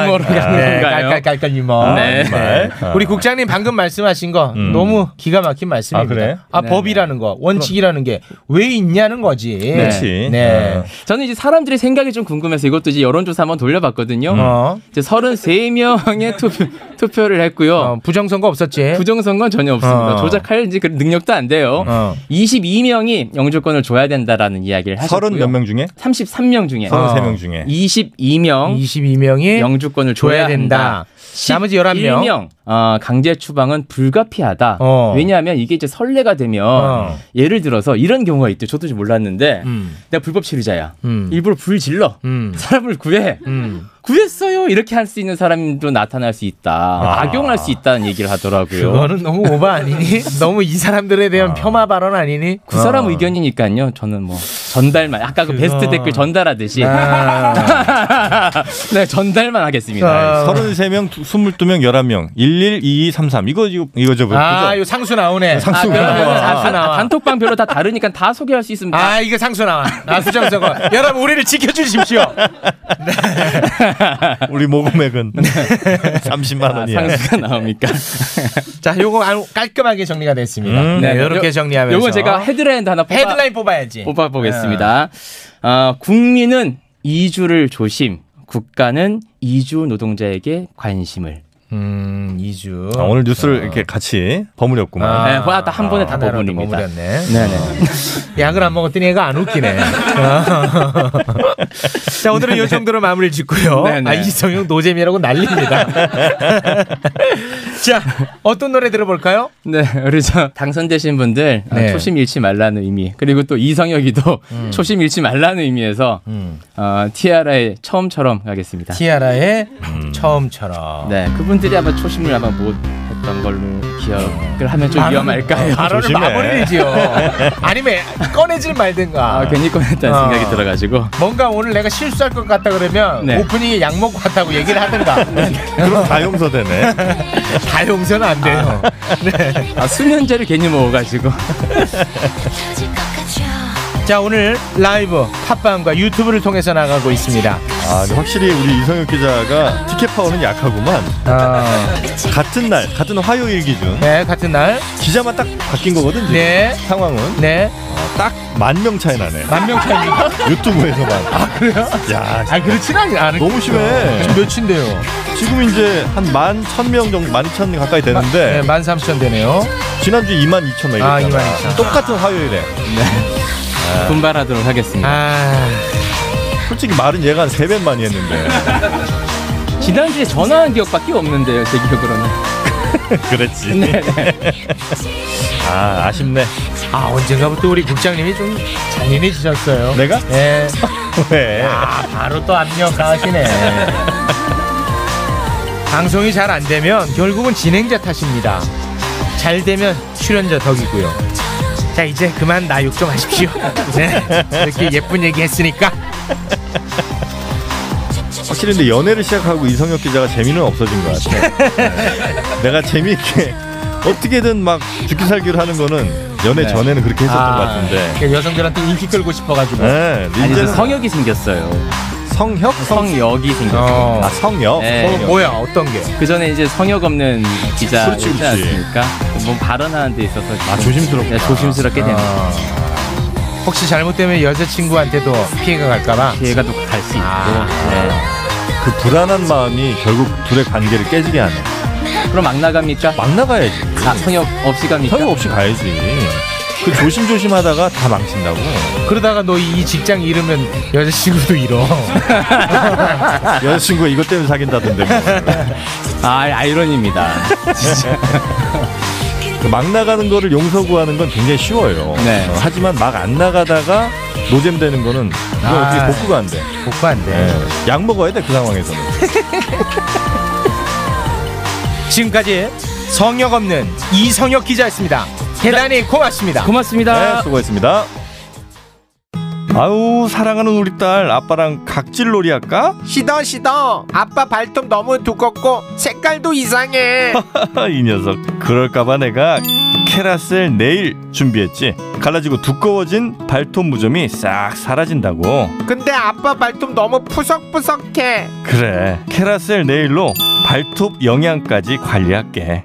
Speaker 7: 유머로 가는
Speaker 4: 네,
Speaker 7: 건가요?
Speaker 4: 깔깔깔깔 유머.
Speaker 7: 네.
Speaker 3: 정말?
Speaker 4: 우리 국장님 방금 말씀하신 거
Speaker 7: 음.
Speaker 4: 너무 기가 막힌 말씀입니다.
Speaker 3: 아, 그래?
Speaker 7: 네.
Speaker 4: 아, 법이라는 거, 원칙이라는 게 왜 있냐는 거지.
Speaker 3: 그렇지.
Speaker 4: 네.
Speaker 3: 어.
Speaker 7: 저는 이제 사람들의 생각이 좀 궁금해서 이것도 이제 여론조사 한번 돌려봤거든요.
Speaker 4: 어.
Speaker 7: 이제 33명의 투표, 투표를 했고요.
Speaker 4: 어, 부정선거 없었지.
Speaker 7: 부정선거는 전혀 없습니다.
Speaker 4: 어.
Speaker 7: 조작할 이제 그 능력도 안 돼요.
Speaker 4: 어.
Speaker 7: 22명이 영주권을 줘야 된다라는 이야기를 하셨고요.
Speaker 3: 서른 몇 명 중에?
Speaker 7: 33명 중에
Speaker 3: 서른 세 명 중에.
Speaker 7: 22명
Speaker 4: 22명이
Speaker 7: 영주권을
Speaker 4: 줘야
Speaker 7: 줘야,
Speaker 4: 된다.
Speaker 7: 된다.
Speaker 4: 나머지 11명.
Speaker 7: 11명, 어, 강제 추방은 불가피하다.
Speaker 4: 어.
Speaker 7: 왜냐하면 이게 이제 선례가 되면
Speaker 4: 어.
Speaker 7: 예를 들어서 이런 경우가 있대. 저도 좀 몰랐는데
Speaker 4: 음.
Speaker 7: 내가 불법 체류자야.
Speaker 4: 음.
Speaker 7: 일부러 불 질러.
Speaker 4: 음.
Speaker 7: 사람을 구해.
Speaker 4: 음.
Speaker 7: 구했어요. 이렇게 할 수 있는 사람도 나타날 수 있다. 악용할 수 있다는 얘기를 하더라고요.
Speaker 4: 아. 그거는 너무 오바 아니니? 너무 이 사람들에 대한 폄하 발언 아니니?
Speaker 7: 그 사람 의견이니까요. 저는 뭐 전달만 아까 그
Speaker 4: 그거-
Speaker 7: 베스트 댓글 전달하듯이
Speaker 4: 아,
Speaker 7: 네 전달만 하겠습니다.
Speaker 4: 아.
Speaker 3: 서른 세명 스물두 명 열한 명 일일 이이 삼삼 이거 이거 이거 저거.
Speaker 4: 아,
Speaker 3: 그죠?
Speaker 4: 요 상수 나오네.
Speaker 3: 상수.
Speaker 7: 아, 그러면
Speaker 4: 아,
Speaker 7: 다-
Speaker 4: 아, 나와.
Speaker 7: 단톡방별로 다 다르니까 다 소개할 수 있으면 다
Speaker 4: 아, 이거 상수 나와. 아, 수정선거. 여러분, 우리를 지켜주십시오.
Speaker 3: 우리 모금액은 30만
Speaker 7: 아,
Speaker 3: 원이야.
Speaker 7: 상수가 나옵니까?
Speaker 4: 자, 요거 아주 깔끔하게 정리가 됐습니다.
Speaker 3: 음.
Speaker 4: 네,
Speaker 7: 네,
Speaker 4: 요렇게
Speaker 7: 요-
Speaker 4: 정리하면서.
Speaker 7: 요건 제가 헤드라인 하나 뽑아,
Speaker 4: 헤드라인 네. 뽑아야지.
Speaker 7: 뽑아보겠습니다. 아, 국민은 이주를 조심, 국가는 이주 노동자에게 관심을.
Speaker 4: 음, 2주.
Speaker 3: 아, 오늘 뉴스를 이렇게 같이 버무렸구만.
Speaker 4: 아,
Speaker 7: 네, 와, 다한 번에 다
Speaker 4: 하나라도
Speaker 7: 버무립니다.
Speaker 4: 버무렸네.
Speaker 7: 네네.
Speaker 4: 약을 안 먹었더니 얘가 안 웃기네. 자, 오늘은 요 정도로 마무리를 짓고요.
Speaker 7: 네네.
Speaker 4: 아, 이성형 노잼이라고 난립니다. 자, 어떤 노래 들어볼까요?
Speaker 7: 네, 우리 저 당선되신 분들 어,
Speaker 4: 네.
Speaker 7: 초심 잃지 말라는 의미 그리고 또 이성혁이도 초심 잃지 말라는 의미에서 어, 티아라의 처음처럼 가겠습니다.
Speaker 4: 음. 티아라의 처음처럼.
Speaker 7: 네, 그분들이 아마 초심을 아마 못 했던 걸로 기억을 하면 좀 위험할까요?
Speaker 4: 발언을
Speaker 3: 조심해.
Speaker 4: 마무리를 지어. 아니면 꺼내질 말든가.
Speaker 7: 아, 괜히 꺼냈다는
Speaker 4: 아.
Speaker 7: 생각이 들어가지고
Speaker 4: 뭔가 오늘 내가 실수할 것 같다 그러면
Speaker 7: 네.
Speaker 4: 오프닝에 약 먹고 왔다고 얘기를 하든가.
Speaker 3: 그럼 다 용서되네. 아,
Speaker 4: 다 용서는 안 돼요.
Speaker 7: 아, 수면제를 괜히 먹어가지고
Speaker 4: 자, 오늘 라이브 팟빵과 유튜브를 통해서 나가고 있습니다.
Speaker 3: 아, 근데 확실히 우리 이성혁 기자가 티켓 파워는 약하구만.
Speaker 4: 아,
Speaker 3: 같은 날, 같은 화요일 기준
Speaker 4: 네, 같은 날.
Speaker 3: 기자만 딱 바뀐 거거든. 지금.
Speaker 4: 네.
Speaker 3: 상황은
Speaker 4: 네.
Speaker 3: 딱 만 명 차이 나네.
Speaker 4: 만명 차이.
Speaker 3: 유튜브에서만. 아 그래요? 야
Speaker 4: 아, 그렇진 않- 않은
Speaker 3: 너무 심해.
Speaker 4: 지금 몇인데요?
Speaker 3: 지금 이제 한 만 천 명 정도, 만 천 가까이
Speaker 4: 네,
Speaker 3: 되는데
Speaker 4: 만 삼천 되네요.
Speaker 3: 지난주 2만 2천 명
Speaker 4: 아,
Speaker 3: 이랬잖아.
Speaker 4: 2만 2천.
Speaker 3: 똑같은 화요일에.
Speaker 7: 분발하도록 하겠습니다.
Speaker 4: 아,
Speaker 3: 솔직히 말은 얘가 한 세 배 많이 했는데.
Speaker 7: 지난주에 전화한 기억밖에 없는데요, 제 기억으로는. 네,
Speaker 3: 그랬지. 아 아쉽네.
Speaker 4: 아 언젠가부터 우리 국장님이 좀 잔인해지셨어요.
Speaker 3: 내가?
Speaker 4: 네.
Speaker 3: 왜?
Speaker 4: 아, 바로 또 압력 가시네. 방송이 잘 안 되면 결국은 진행자 탓입니다. 잘 되면 출연자 덕이고요. 자, 이제 그만 나 욕 좀 하십시오. 네. 이렇게 예쁜 얘기 했으니까.
Speaker 3: 사실인데 연애를 시작하고 이성혁 기자가 재미는 없어진 것 같아. 네. 내가 재미있게 어떻게든 막 죽기 살기로 하는 거는 연애 전에는 그렇게 했었던
Speaker 4: 아.
Speaker 3: 것 같은데.
Speaker 4: 그러니까 여성들한테 인기 끌고 싶어가지고.
Speaker 3: 네,
Speaker 7: 아니 저
Speaker 3: 이제는
Speaker 7: 성역이 생겼어요.
Speaker 3: 성혁 성
Speaker 7: 성역이 생겼어요.
Speaker 4: 어.
Speaker 3: 아 성혁
Speaker 7: 네.
Speaker 4: 어, 뭐야 어떤 게?
Speaker 7: 그 전에 이제 성역 없는
Speaker 3: 그렇지,
Speaker 7: 기자였지
Speaker 3: 그렇지.
Speaker 7: 않습니까? 뭐 발언하는 데 있어서 좀
Speaker 3: 아, 조심스럽구나.
Speaker 7: 네, 조심스럽게 되는
Speaker 4: 어. 혹시 잘못되면 여자친구한테도 피해가 갈까봐.
Speaker 7: 기회가 또 갈 수 있고.
Speaker 4: 아.
Speaker 7: 네.
Speaker 3: 그 불안한 마음이 결국 둘의 관계를 깨지게 하네.
Speaker 7: 그럼 막 나갑니까?
Speaker 3: 막 나가야지.
Speaker 7: 아, 성역 없이 갑니까?
Speaker 3: 성혁 없이 가야지. 그 조심조심하다가 다 망친다고.
Speaker 4: 그러다가 너 이 직장 잃으면 여자친구도 잃어.
Speaker 3: 여자친구가 이것 때문에 사귄다던데. 뭐.
Speaker 7: 아, 아이러니입니다.
Speaker 3: 그막 나가는 거를 용서 구하는 건 굉장히 쉬워요.
Speaker 7: 네.
Speaker 3: 어, 하지만 막 안 나가다가 노잼되는 거는 이거
Speaker 4: 아.
Speaker 3: 어떻게 복구가 안 돼.
Speaker 4: 복구 안 돼.
Speaker 3: 예. 약 먹어야 돼 그 상황에서는.
Speaker 4: 예. 지금까지 성역 없는 이성혁 기자였습니다. 대단히 고맙습니다.
Speaker 7: 고맙습니다.
Speaker 3: 네, 수고했습니다. 아우 사랑하는 우리 딸 아빠랑 각질놀이 할까?
Speaker 2: 시더 시더 아빠 발톱 너무 두껍고 색깔도 이상해
Speaker 3: 이 녀석 그럴까봐 내가 캐라셀 네일 준비했지. 갈라지고 두꺼워진 발톱 무좀이 싹 사라진다고.
Speaker 2: 근데 아빠 발톱 너무 푸석푸석해
Speaker 3: 그래 캐라셀 네일로 발톱 영양까지 관리할게.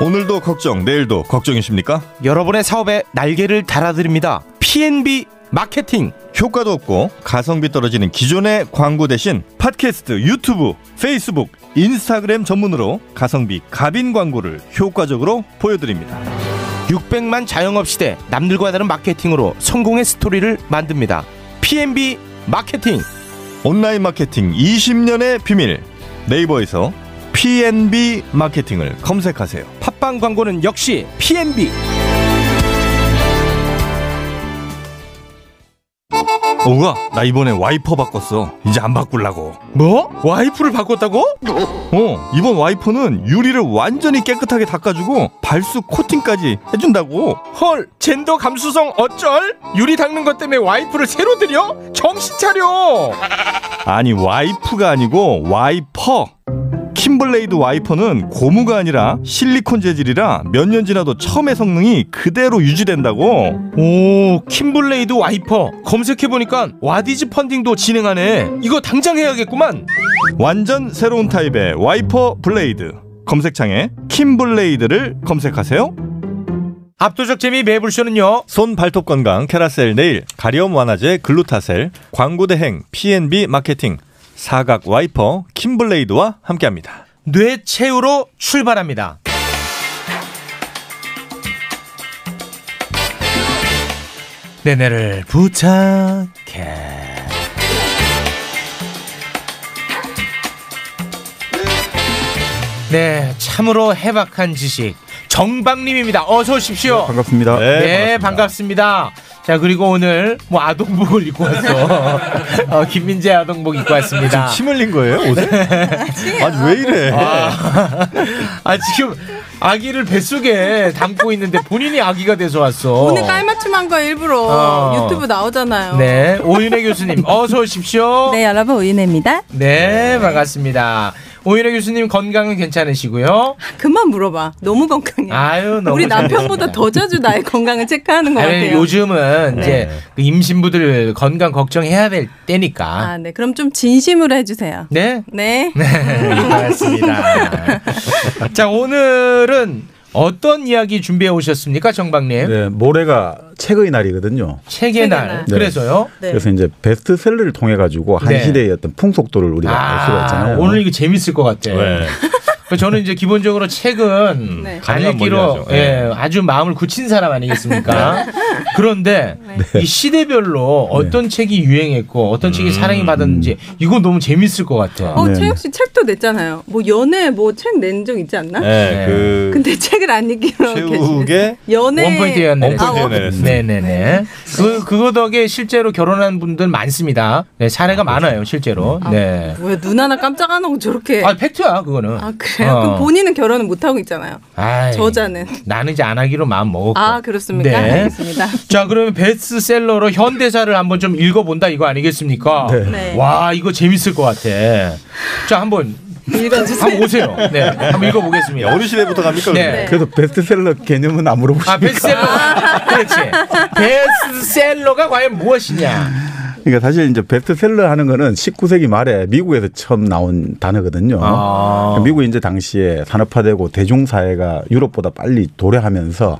Speaker 3: 오늘도 걱정, 내일도 걱정이십니까?
Speaker 2: 여러분의 사업에 날개를 달아드립니다 PNB 마케팅
Speaker 3: 효과도 없고 가성비 떨어지는 기존의 광고 대신 팟캐스트, 유튜브, 페이스북, 인스타그램 전문으로 가성비 갑인 광고를 효과적으로 보여드립니다.
Speaker 2: 600만 자영업 시대 남들과 다른 마케팅으로 성공의 스토리를 만듭니다 PNB 마케팅
Speaker 3: 온라인 마케팅 20년의 비밀 네이버에서 PNB 마케팅을 검색하세요.
Speaker 2: 팟빵 광고는 역시 PNB
Speaker 3: 오가 나 이번에 와이퍼 바꿨어. 이제 안 바꾸려고.
Speaker 2: 뭐? 와이프를 바꿨다고?
Speaker 3: 어, 이번 와이퍼는 유리를 완전히 깨끗하게 닦아주고 발수 코팅까지 해준다고.
Speaker 2: 헐 젠더 감수성 어쩔? 유리 닦는 것 때문에 와이프를 새로 들여? 정신 차려
Speaker 3: 아니 와이프가 아니고 와이퍼. 킴블레이드 와이퍼는 고무가 아니라 실리콘 재질이라 몇 년 지나도 처음의 성능이 그대로 유지된다고.
Speaker 2: 오 킴블레이드 와이퍼 검색해보니까 와디즈 펀딩도 진행하네 이거 당장 해야겠구만
Speaker 3: 완전 새로운 타입의 와이퍼 블레이드. 검색창에 킴블레이드를 검색하세요.
Speaker 4: 압도적 재미 매불쇼는요.
Speaker 3: 손 발톱 건강 캐라셀 네일 가려움 완화제 글루타셀 광고 대행 PNB 마케팅 사각 와이퍼 킴블레이드와 함께합니다.
Speaker 4: 뇌채우로 출발합니다. 내 뇌를 부탁해. 네, 참으로 해박한 지식. 정박님입니다. 어서 오십시오.
Speaker 6: 반갑습니다.
Speaker 4: 네, 반갑습니다. 자, 그리고 오늘 뭐 아동복을 입고 왔어. 어, 김민재 아동복 입고 왔습니다.
Speaker 3: 침 흘린 거예요 옷에? 아니 왜 이래?
Speaker 4: 아, 아, 지금 아기를 뱃속에 담고 있는데 본인이 아기가 돼서 왔어.
Speaker 9: 오늘 깔맞춤 한 거 일부러
Speaker 4: 어.
Speaker 9: 유튜브 나오잖아요.
Speaker 4: 네, 오윤혜 교수님 어서 오십시오.
Speaker 9: 네, 여러분 오윤혜입니다.
Speaker 4: 네, 반갑습니다. 오윤혜 교수님 건강은 괜찮으시고요.
Speaker 9: 그만 물어봐. 너무 건강해.
Speaker 4: 아유, 너무
Speaker 9: 네. 우리
Speaker 4: 잘하셨어요.
Speaker 9: 남편보다 더 자주 나의 건강을 체크하는 것
Speaker 4: 아니,
Speaker 9: 같아요.
Speaker 4: 요즘은 이제 그 임신부들 건강 걱정해야 될 때니까.
Speaker 9: 아, 네. 그럼 좀 진심으로 해주세요.
Speaker 4: 네,
Speaker 9: 네.
Speaker 4: 네, 반갑습니다. 자, 오늘은 어떤 이야기 준비해 오셨습니까, 정박님?
Speaker 10: 네, 모레가 책의 날이거든요.
Speaker 4: 책의 날.
Speaker 10: 네.
Speaker 4: 그래서요.
Speaker 10: 그래서 이제 베스트셀러를 통해 가지고 한
Speaker 4: 네.
Speaker 10: 시대의 어떤 풍속도를 우리가 네, 알 수가 있잖아요. 네,
Speaker 4: 오늘 이거 재밌을 것
Speaker 3: 네.
Speaker 4: 같아. 그래서 저는 이제 기본적으로 책은
Speaker 10: 네.
Speaker 4: 안
Speaker 10: 가능한
Speaker 4: 읽기로
Speaker 10: 멀리 하죠. 네.
Speaker 4: 예, 아주 마음을 굳힌 사람 아니겠습니까? 그런데 이 시대별로
Speaker 10: 네.
Speaker 4: 어떤 책이 유행했고 어떤
Speaker 10: 음.
Speaker 4: 책이 사랑이 받았는지 이거 너무 재밌을 것 같아요.
Speaker 10: 네.
Speaker 9: 어, 최욱 씨 책도 냈잖아요. 뭐 연애 뭐 책 낸 적 있지 않나?
Speaker 4: 네, 그-
Speaker 9: 근데 책을 안 읽기로 계시네. 연애
Speaker 4: 원포인트 연애.
Speaker 9: 아, 원-
Speaker 4: 네네네. 그 그거 덕에 실제로 결혼한 분들 많습니다. 네, 사례가 많아요, 실제로. 네.
Speaker 9: 뭐야 눈 하나 깜짝 안 하고 저렇게.
Speaker 4: 아 팩트야 그거는.
Speaker 9: 네.
Speaker 4: 어.
Speaker 9: 아 그래요? 그럼 본인은 결혼을 못 하고 있잖아요.
Speaker 4: 아이,
Speaker 9: 저자는.
Speaker 4: 나는 이제 안 하기로 마음 먹었고.
Speaker 9: 아 그렇습니까?
Speaker 4: 네.
Speaker 9: 알겠습니다.
Speaker 4: 자, 그러면 베스트셀러로 현대사를 한번 좀 읽어본다 이거 아니겠습니까?
Speaker 9: 네.
Speaker 4: 와, 이거 재밌을 것 같아. 자, 한번
Speaker 9: 읽어주세요.
Speaker 4: 한번 오세요. 네, 한번 읽어보겠습니다.
Speaker 10: 어느 시대부터 갑니까?
Speaker 4: 네.
Speaker 10: 그래서 베스트셀러 개념은 안 물어보시니까.
Speaker 4: 아, 베스트셀러. 그렇지. 베스트셀러가 과연 무엇이냐?
Speaker 10: 그러니까 사실 이제 베스트셀러 하는 거는 19세기 말에 미국에서 처음 나온 단어거든요. 그러니까 미국이 이제 당시에 산업화되고 대중사회가 유럽보다 빨리 도래하면서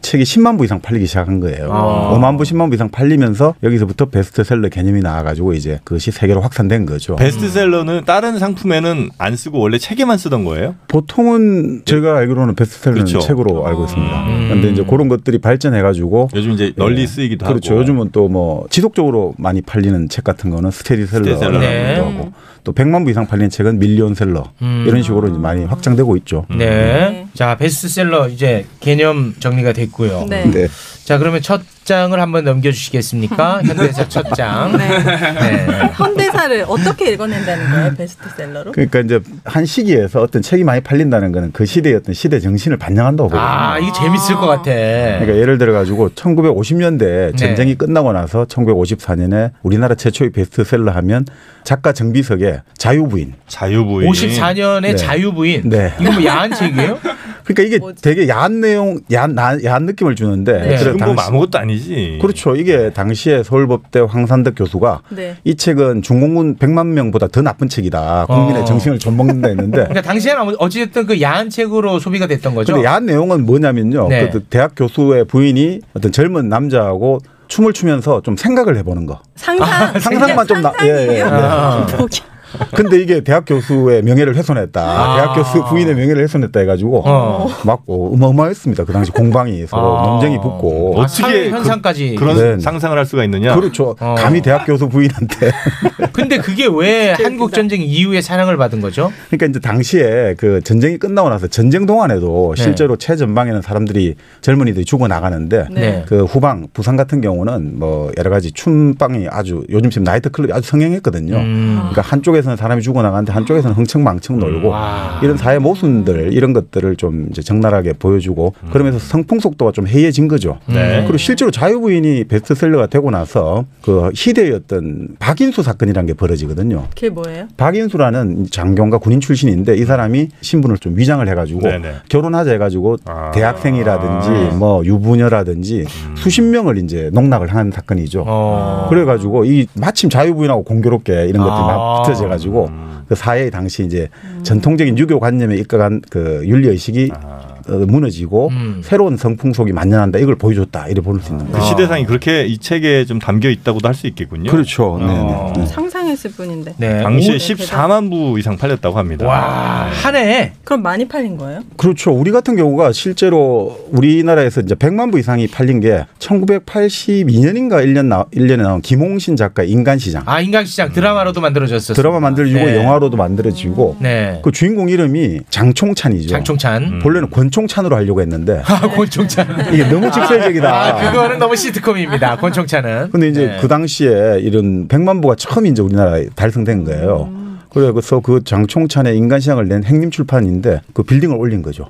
Speaker 10: 책이 10만 부 이상 팔리기 시작한 거예요.
Speaker 11: 아.
Speaker 10: 5만 부, 10만 부 이상 팔리면서 여기서부터 베스트셀러 개념이 나와가지고 이제 그것이 세계로 확산된 거죠.
Speaker 8: 베스트셀러는 다른 상품에는 안 쓰고 원래 책에만 쓰던 거예요?
Speaker 10: 보통은 제가 알기로는 베스트셀러는
Speaker 8: 그렇죠.
Speaker 10: 책으로 알고 있습니다. 그런데 이제 그런 것들이 발전해가지고 요즘 이제
Speaker 8: 널리 쓰이기도
Speaker 10: 그렇죠.
Speaker 8: 하고.
Speaker 10: 요즘은 또 뭐 지속적으로 많이 팔리는 책 같은 거는 스테디셀러라고
Speaker 8: 스테디셀러. 네.
Speaker 10: 하고 또 100만 부 이상 팔리는 책은 밀리언셀러
Speaker 4: 음.
Speaker 10: 이런 식으로 이제 많이 확장되고 있죠.
Speaker 8: 음.
Speaker 4: 네. 자, 베스트셀러 이제 개념 정리가 됐고요.
Speaker 10: 네. 네.
Speaker 4: 자, 그러면 첫 장을 한번 넘겨주시겠습니까? 현대사 첫 장.
Speaker 9: 현대사를 어떻게 읽어낸다는 거예요? 베스트셀러로?
Speaker 10: 그러니까 이제 한 시기에서 어떤 책이 많이 팔린다는 거는 그 시대의 어떤 시대 정신을 반영한다고 보거든요.
Speaker 4: 아, 이게 재밌을 것 같아.
Speaker 10: 그러니까 예를 들어 가지고 1950년대 전쟁이 끝나고 나서 1954년에 우리나라 최초의 베스트셀러 하면 작가 정비석의 자유부인.
Speaker 8: 자유부인.
Speaker 4: 54년에 자유부인.
Speaker 10: 네.
Speaker 4: 이거 뭐 야한 책이에요?
Speaker 10: 그러니까 이게 되게 야한 내용, 야한, 나- 야한 느낌을 주는데
Speaker 8: 네.
Speaker 10: 그래서
Speaker 8: 지금 보면
Speaker 10: 당시-
Speaker 8: 아무것도
Speaker 3: 예.
Speaker 8: 아니지.
Speaker 10: 그렇죠. 이게 당시에 서울법대 황산덕 교수가
Speaker 4: 네.
Speaker 10: 이 책은 중공군 100만 명보다 더 나쁜 책이다. 국민의
Speaker 4: 어.
Speaker 10: 정신을 좀먹는다 했는데
Speaker 4: 그러니까 당시에는 아무- 어찌됐든 그 야한 책으로 소비가 됐던 거죠.
Speaker 10: 근데 야한 내용은 뭐냐면요.
Speaker 4: 네.
Speaker 10: 그 대학 교수의 부인이 어떤 젊은 남자하고 춤을 추면서 좀 생각을 해보는 거.
Speaker 11: 아,
Speaker 9: 상상
Speaker 10: 상상만 좀 나. 예, 예, 예.
Speaker 9: 아.
Speaker 10: 근데 이게 대학 교수의 명예를 훼손했다.
Speaker 11: 아.
Speaker 10: 대학 교수 부인의 명예를 훼손했다 해가지고
Speaker 11: 어.
Speaker 10: 막 어, 어마어마했습니다. 그 당시 공방이 서로
Speaker 8: 아.
Speaker 10: 논쟁이 붙고
Speaker 8: 아, 사회 현상까지. 그런
Speaker 10: 상상을 할 수가 있느냐? 네. 그렇죠.
Speaker 4: 어.
Speaker 10: 감히 대학 교수 부인한테
Speaker 4: 근데 그게 왜 한국 전쟁 이후에 사랑을 받은 거죠?
Speaker 10: 그러니까 이제 당시에 그 전쟁이 끝나고 나서 전쟁 동안에도
Speaker 4: 네.
Speaker 10: 실제로 최전방에는 사람들이 젊은이들이 죽어 나가는데
Speaker 4: 네.
Speaker 10: 그 후방 부산 같은 경우는 뭐 여러 가지 춤방이 아주 요즘 지금 나이트 클럽이 아주 성행했거든요.
Speaker 4: 음.
Speaker 10: 그러니까 한쪽에서는 사람이 죽어 나가는데 한쪽에서는 흥청망청 놀고
Speaker 4: 아.
Speaker 10: 이런 사회 모순들 이런 것들을 좀 이제 적나라하게 보여주고
Speaker 4: 음.
Speaker 10: 그러면서 성풍 속도가 좀 해이해진 거죠.
Speaker 8: 네.
Speaker 10: 그리고 실제로 자유부인이 베스트셀러가 되고 나서 그 시대의 어떤 박인수 사건이라는 게 벌어지거든요.
Speaker 9: 그게 뭐예요?
Speaker 10: 박인수라는 장교가 군인 출신인데 이 사람이 신분을 좀 위장을 해가지고
Speaker 8: 네네. 아.
Speaker 10: 결혼하자 해가지고 대학생이라든지 뭐 유부녀라든지
Speaker 8: 음.
Speaker 10: 수십 명을 이제 농락을 한 사건이죠.
Speaker 8: 어.
Speaker 10: 그래가지고 이 마침 자유부인하고 공교롭게 이런 것들이 막
Speaker 8: 아.
Speaker 10: 붙어져가지고 그 사회의 당시 이제 전통적인 유교 관념에 입각한 그 윤리 의식이 어, 무너지고 새로운 성풍속이 만연한다 이걸 보여줬다 이렇게 볼 수 있는
Speaker 8: 그
Speaker 10: 거죠.
Speaker 8: 시대상이 그렇게 이 책에 좀 담겨 있다고도 할 수 있겠군요.
Speaker 10: 아. 그렇죠. 네, 네,
Speaker 9: 상상했을 뿐인데.
Speaker 8: 네.
Speaker 4: 어.
Speaker 9: 오,
Speaker 8: 당시에
Speaker 9: 대단.
Speaker 8: 14만 부 이상 팔렸다고 합니다.
Speaker 4: 와, 네. 한 해에
Speaker 9: 그럼 많이 팔린 거예요?
Speaker 10: 그렇죠. 우리 같은 경우가 실제로 우리나라에서 이제 100만 부 이상이 팔린 게 1982년인가 1년 나, 1년에 나온 김홍신 작가 인간시장.
Speaker 4: 아, 인간시장 드라마로도 만들어졌었어요.
Speaker 10: 드라마 만들어지고
Speaker 4: 네.
Speaker 10: 영화로도 만들어지고
Speaker 4: 네.
Speaker 10: 그 주인공 이름이 장총찬이죠. 음. 장총찬. 본래는 권총찬으로 하려고 했는데
Speaker 4: 아, 권총찬.
Speaker 10: 이게 너무 직설적이다.
Speaker 4: 아, 그거는 네. 너무 시트콤입니다. 권총찬은.
Speaker 10: 근데 이제 그 당시에 이런 100만 부가 처음 이제 우리나라에 달성된 거예요.
Speaker 4: 음.
Speaker 10: 그래서 그 장총찬의 인간시장을 낸 행림 출판인데 그 빌딩을 올린 거죠.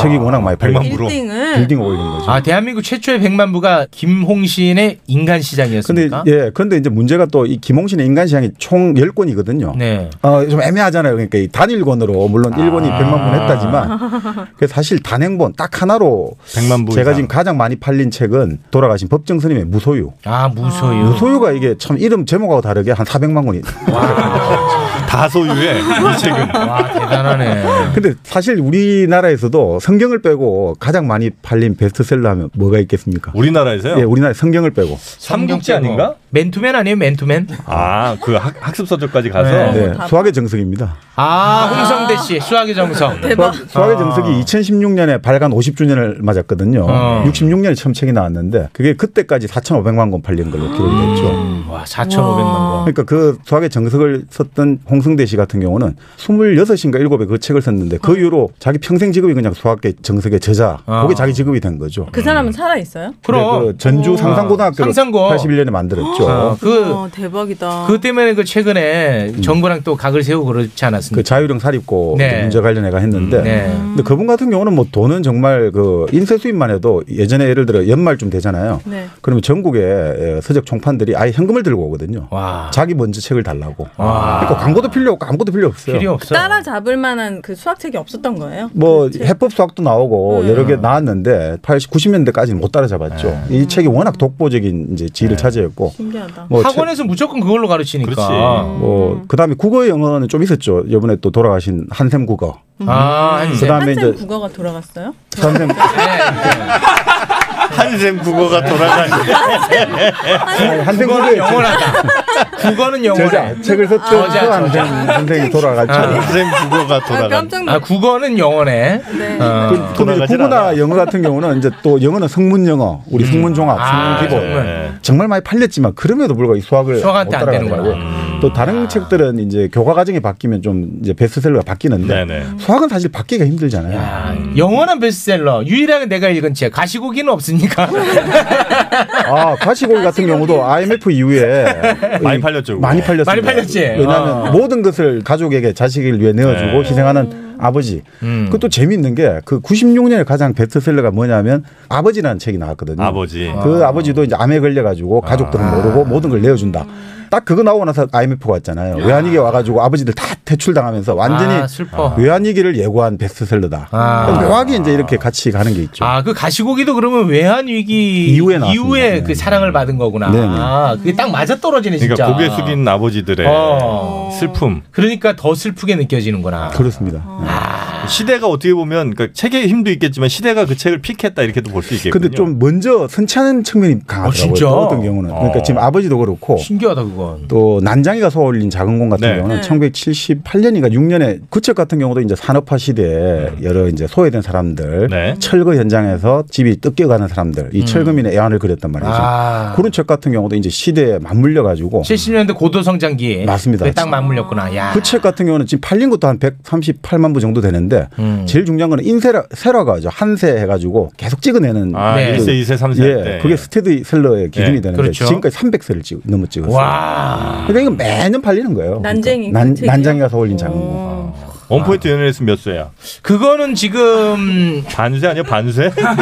Speaker 10: 책이 워낙 많이 팔려
Speaker 4: 100만 아, 부로. 빌딩을?
Speaker 10: 빌딩을 올린 거죠.
Speaker 4: 아, 대한민국 최초의 백만부가 김홍신의
Speaker 10: 근데
Speaker 4: 인간시장이었습니까?
Speaker 10: 예, 그런데 이제 문제가 또 이 김홍신의 인간시장이 총 10권이거든요.
Speaker 4: 네.
Speaker 10: 어, 좀 애매하잖아요. 그러니까 이 단일권으로 물론 일권이
Speaker 4: 아.
Speaker 10: 100만 권 했다지만 그 사실 단행본 딱 하나로
Speaker 8: 100만 부
Speaker 10: 제가
Speaker 8: 이상.
Speaker 10: 지금 가장 많이 팔린 책은 돌아가신 법정 스님의 무소유.
Speaker 4: 아, 무소유.
Speaker 10: 무소유가 이게 참 이름 제목하고 다르게 한 400만 권이
Speaker 3: 다소유의 이 책은.
Speaker 4: 와 대단하네.
Speaker 10: 근데 사실 우리나라에서도 성경을 빼고 가장 많이 팔린 베스트셀러 하면 뭐가 있겠습니까?
Speaker 3: 우리나라에서요?
Speaker 10: 예, 우리나라 성경을 빼고.
Speaker 4: 삼국지 아닌가? 맨투맨 아니에요 맨투맨?
Speaker 3: 아, 그 학, 습서적까지 가서
Speaker 10: 네, 수학의 정석입니다.
Speaker 4: 아 홍성대 씨 수학의 정석.
Speaker 10: 그
Speaker 4: 아.
Speaker 10: 수학의 정석이 2016년에 발간 50주년을 맞았거든요.
Speaker 4: 어.
Speaker 10: 66년에 처음 책이 나왔는데 그게 그때까지 4,500만 권 팔린 걸로 기록이 됐죠.
Speaker 4: 음, 와 4,500만 권.
Speaker 10: 그러니까 그 수학의 정석을 썼던 홍승대 씨 같은 경우는 26인가 7에 그 책을 썼는데
Speaker 4: 아.
Speaker 10: 그 이후로 자기 평생 직업이 그냥 수학의 정석의 저자. 그게 자기 직업이 된 거죠.
Speaker 11: 그 사람은 살아 있어요?
Speaker 10: 네, 그 전주 상상고등학교를 81년에 만들었죠.
Speaker 4: 아, 그
Speaker 11: 어, 대박이다.
Speaker 4: 그 때문에 그 최근에
Speaker 10: 음.
Speaker 4: 정부랑 또 각을 세우고 그렇지 않았습니까?
Speaker 10: 그 자유령 사립고
Speaker 4: 네.
Speaker 10: 문제 관련 애가 했는데
Speaker 4: 네.
Speaker 10: 근데 그분 같은 경우는 뭐 돈은 정말 그 인쇄 수입만 해도 예전에 예를 들어 연말쯤 되잖아요.
Speaker 11: 네.
Speaker 10: 그러면 전국에 서적 총판들이 아예 현금을 들고 오거든요. 자기 먼저 책을 달라고.
Speaker 4: 아.
Speaker 10: 그러니까 광고도 필요 없고 아무것도 필요 없어요.
Speaker 11: 따라잡을 만한 그 수학책이 없었던 거예요?
Speaker 10: 뭐 해법 수학도 나오고 여러 개 나왔는데 80, 90년대까지는 못 따라잡았죠.
Speaker 4: 네.
Speaker 10: 이 책이 워낙 독보적인 이제 지위를 차지했고
Speaker 4: 신기하다.
Speaker 10: 뭐
Speaker 4: 네. 학원에서 무조건 그걸로 가르치니까.
Speaker 10: 뭐 그다음에 국어 영어는 좀 있었죠. 이번에 또 돌아가신 한샘 국어.
Speaker 4: 아, 한샘.
Speaker 10: 그다음에
Speaker 11: 한쌤
Speaker 10: 이제
Speaker 11: 국어가 돌아갔어요?
Speaker 10: 한샘
Speaker 4: 네,
Speaker 8: 한샘 국어가 돌아가니.
Speaker 10: 한샘
Speaker 4: 국어는 영원하다. 국어는 영원해.
Speaker 10: 저자, 책을 썼던
Speaker 4: 저자,
Speaker 10: 그
Speaker 4: 저자.
Speaker 10: 한샘 선생이 돌아갔죠.
Speaker 4: 한샘
Speaker 8: 국어가
Speaker 4: 돌아간다. 아, 국어는 영원해. 네.
Speaker 10: 그, 근데 이제 국어나 영어 같은 경우는 이제 또 영어는 성문 영어, 우리 성문 종합, 성문
Speaker 4: 아,
Speaker 10: 기본
Speaker 8: 네.
Speaker 4: 정말.
Speaker 10: 정말 많이 팔렸지만 그럼에도 불구하고 이 수학을 못
Speaker 4: 수학한테 안 음.
Speaker 10: 따라가더라고요. 또
Speaker 4: 아.
Speaker 10: 다른 책들은 이제 교과 과정이 바뀌면 좀 이제 베스트셀러가
Speaker 8: 네,
Speaker 10: 바뀌는데 수학은 사실 바뀌기가 힘들잖아요.
Speaker 4: 영원한 베스트셀러. 유일하게 내가 읽은 책. 가시고기는 없으니까.
Speaker 10: 아, 가시고기 같은 경우도 IMF 이후에 많이
Speaker 8: 팔렸죠.
Speaker 10: 많이 아. 팔렸어요.
Speaker 4: 많이 팔렸지.
Speaker 10: 왜냐하면
Speaker 4: 어.
Speaker 10: 모든 것을 가족에게 자식을 위해 내어주고
Speaker 4: 네.
Speaker 10: 희생하는 아버지. 그것도 재미있는 게 그 96년에 가장 베스트셀러가 뭐냐면 아버지라는 책이 나왔거든요.
Speaker 8: 아버지.
Speaker 10: 그 아. 버지도 이제 암에 걸려가지고 가족들은 모르고 모든 걸 내어준다. 딱 그거 나오고 나서 IMF가 왔잖아요. 외환위기 와가지고 아버지들 다 퇴출당하면서 완전히 그렇죠.
Speaker 4: 아, 슬퍼.
Speaker 10: 외환위기를 예고한 베스트셀러다.
Speaker 4: 아.
Speaker 10: 그럼 묘하게 이제 이렇게 같이 가는 게 있죠.
Speaker 4: 아, 그 가시고기도 그러면 외환 위기
Speaker 10: 이후에 나왔습니다. 네.
Speaker 4: 그 사랑을 받은 거구나.
Speaker 8: 네, 네.
Speaker 4: 아, 그게 딱 맞아 떨어지네 진짜.
Speaker 8: 그러니까 고개 숙인 아버지들의
Speaker 4: 어.
Speaker 8: 슬픔.
Speaker 4: 그러니까 더 슬프게 느껴지는구나.
Speaker 10: 그렇습니다.
Speaker 8: 시대가 어떻게 보면 그러니까 책의 힘도 있겠지만 시대가 그 책을 픽했다 이렇게도 볼 수 있겠군요. 아,
Speaker 10: 근데 좀 먼저 선치하는 측면이 강하더라고요.
Speaker 8: 진짜?
Speaker 10: 또 어떤 경우는 그러니까
Speaker 8: 어.
Speaker 10: 지금 아버지도 그렇고
Speaker 4: 신기하다 그건.
Speaker 10: 또 난장이가 소아올린 작은 공 같은
Speaker 8: 네.
Speaker 10: 경우는
Speaker 8: 네.
Speaker 10: 1978년인가 6년에 구책 같은 경우도 이제 산업화 시대에
Speaker 8: 음.
Speaker 10: 여러 이제 소외된 사람들
Speaker 8: 네.
Speaker 10: 철거 현장에서 집이 뜯겨가는 사람들 이
Speaker 4: 음.
Speaker 10: 철거민의 애환을 그렸단 말이죠.
Speaker 4: 아.
Speaker 10: 그런 책 같은 경우도 이제 시대에 맞물려 가지고
Speaker 4: 70년대 고도 성장기.
Speaker 10: 맞습니다.
Speaker 4: 그게 딱 맞물렸구나. 야.
Speaker 10: 그 책 같은 경우는 지금 팔린 것도 한 138만 부 정도 되는데
Speaker 4: 음.
Speaker 10: 제일 중요한 거는 인세라 세라가 죠 한세 해가지고 계속 찍어내는 그
Speaker 8: 아, 네. 일세, 이세, 삼세
Speaker 10: 예,
Speaker 8: 때.
Speaker 10: 그게 스테디셀러의 기준이
Speaker 8: 예,
Speaker 10: 되는데
Speaker 8: 그렇죠.
Speaker 10: 지금까지 300세를 찍 넘어 찍었어요.
Speaker 4: 와.
Speaker 10: 그러니까 이거 매년 팔리는 거예요.
Speaker 11: 난쟁이
Speaker 10: 그러니까 난,
Speaker 11: 그 책이요?
Speaker 10: 난장이가 서울린 장군.
Speaker 8: 아.
Speaker 10: 아.
Speaker 8: 원포인트 연애했으면 몇 쇠야?
Speaker 4: 그거는 지금
Speaker 8: 반쇠 아니야 반쇠?
Speaker 10: 그렇죠.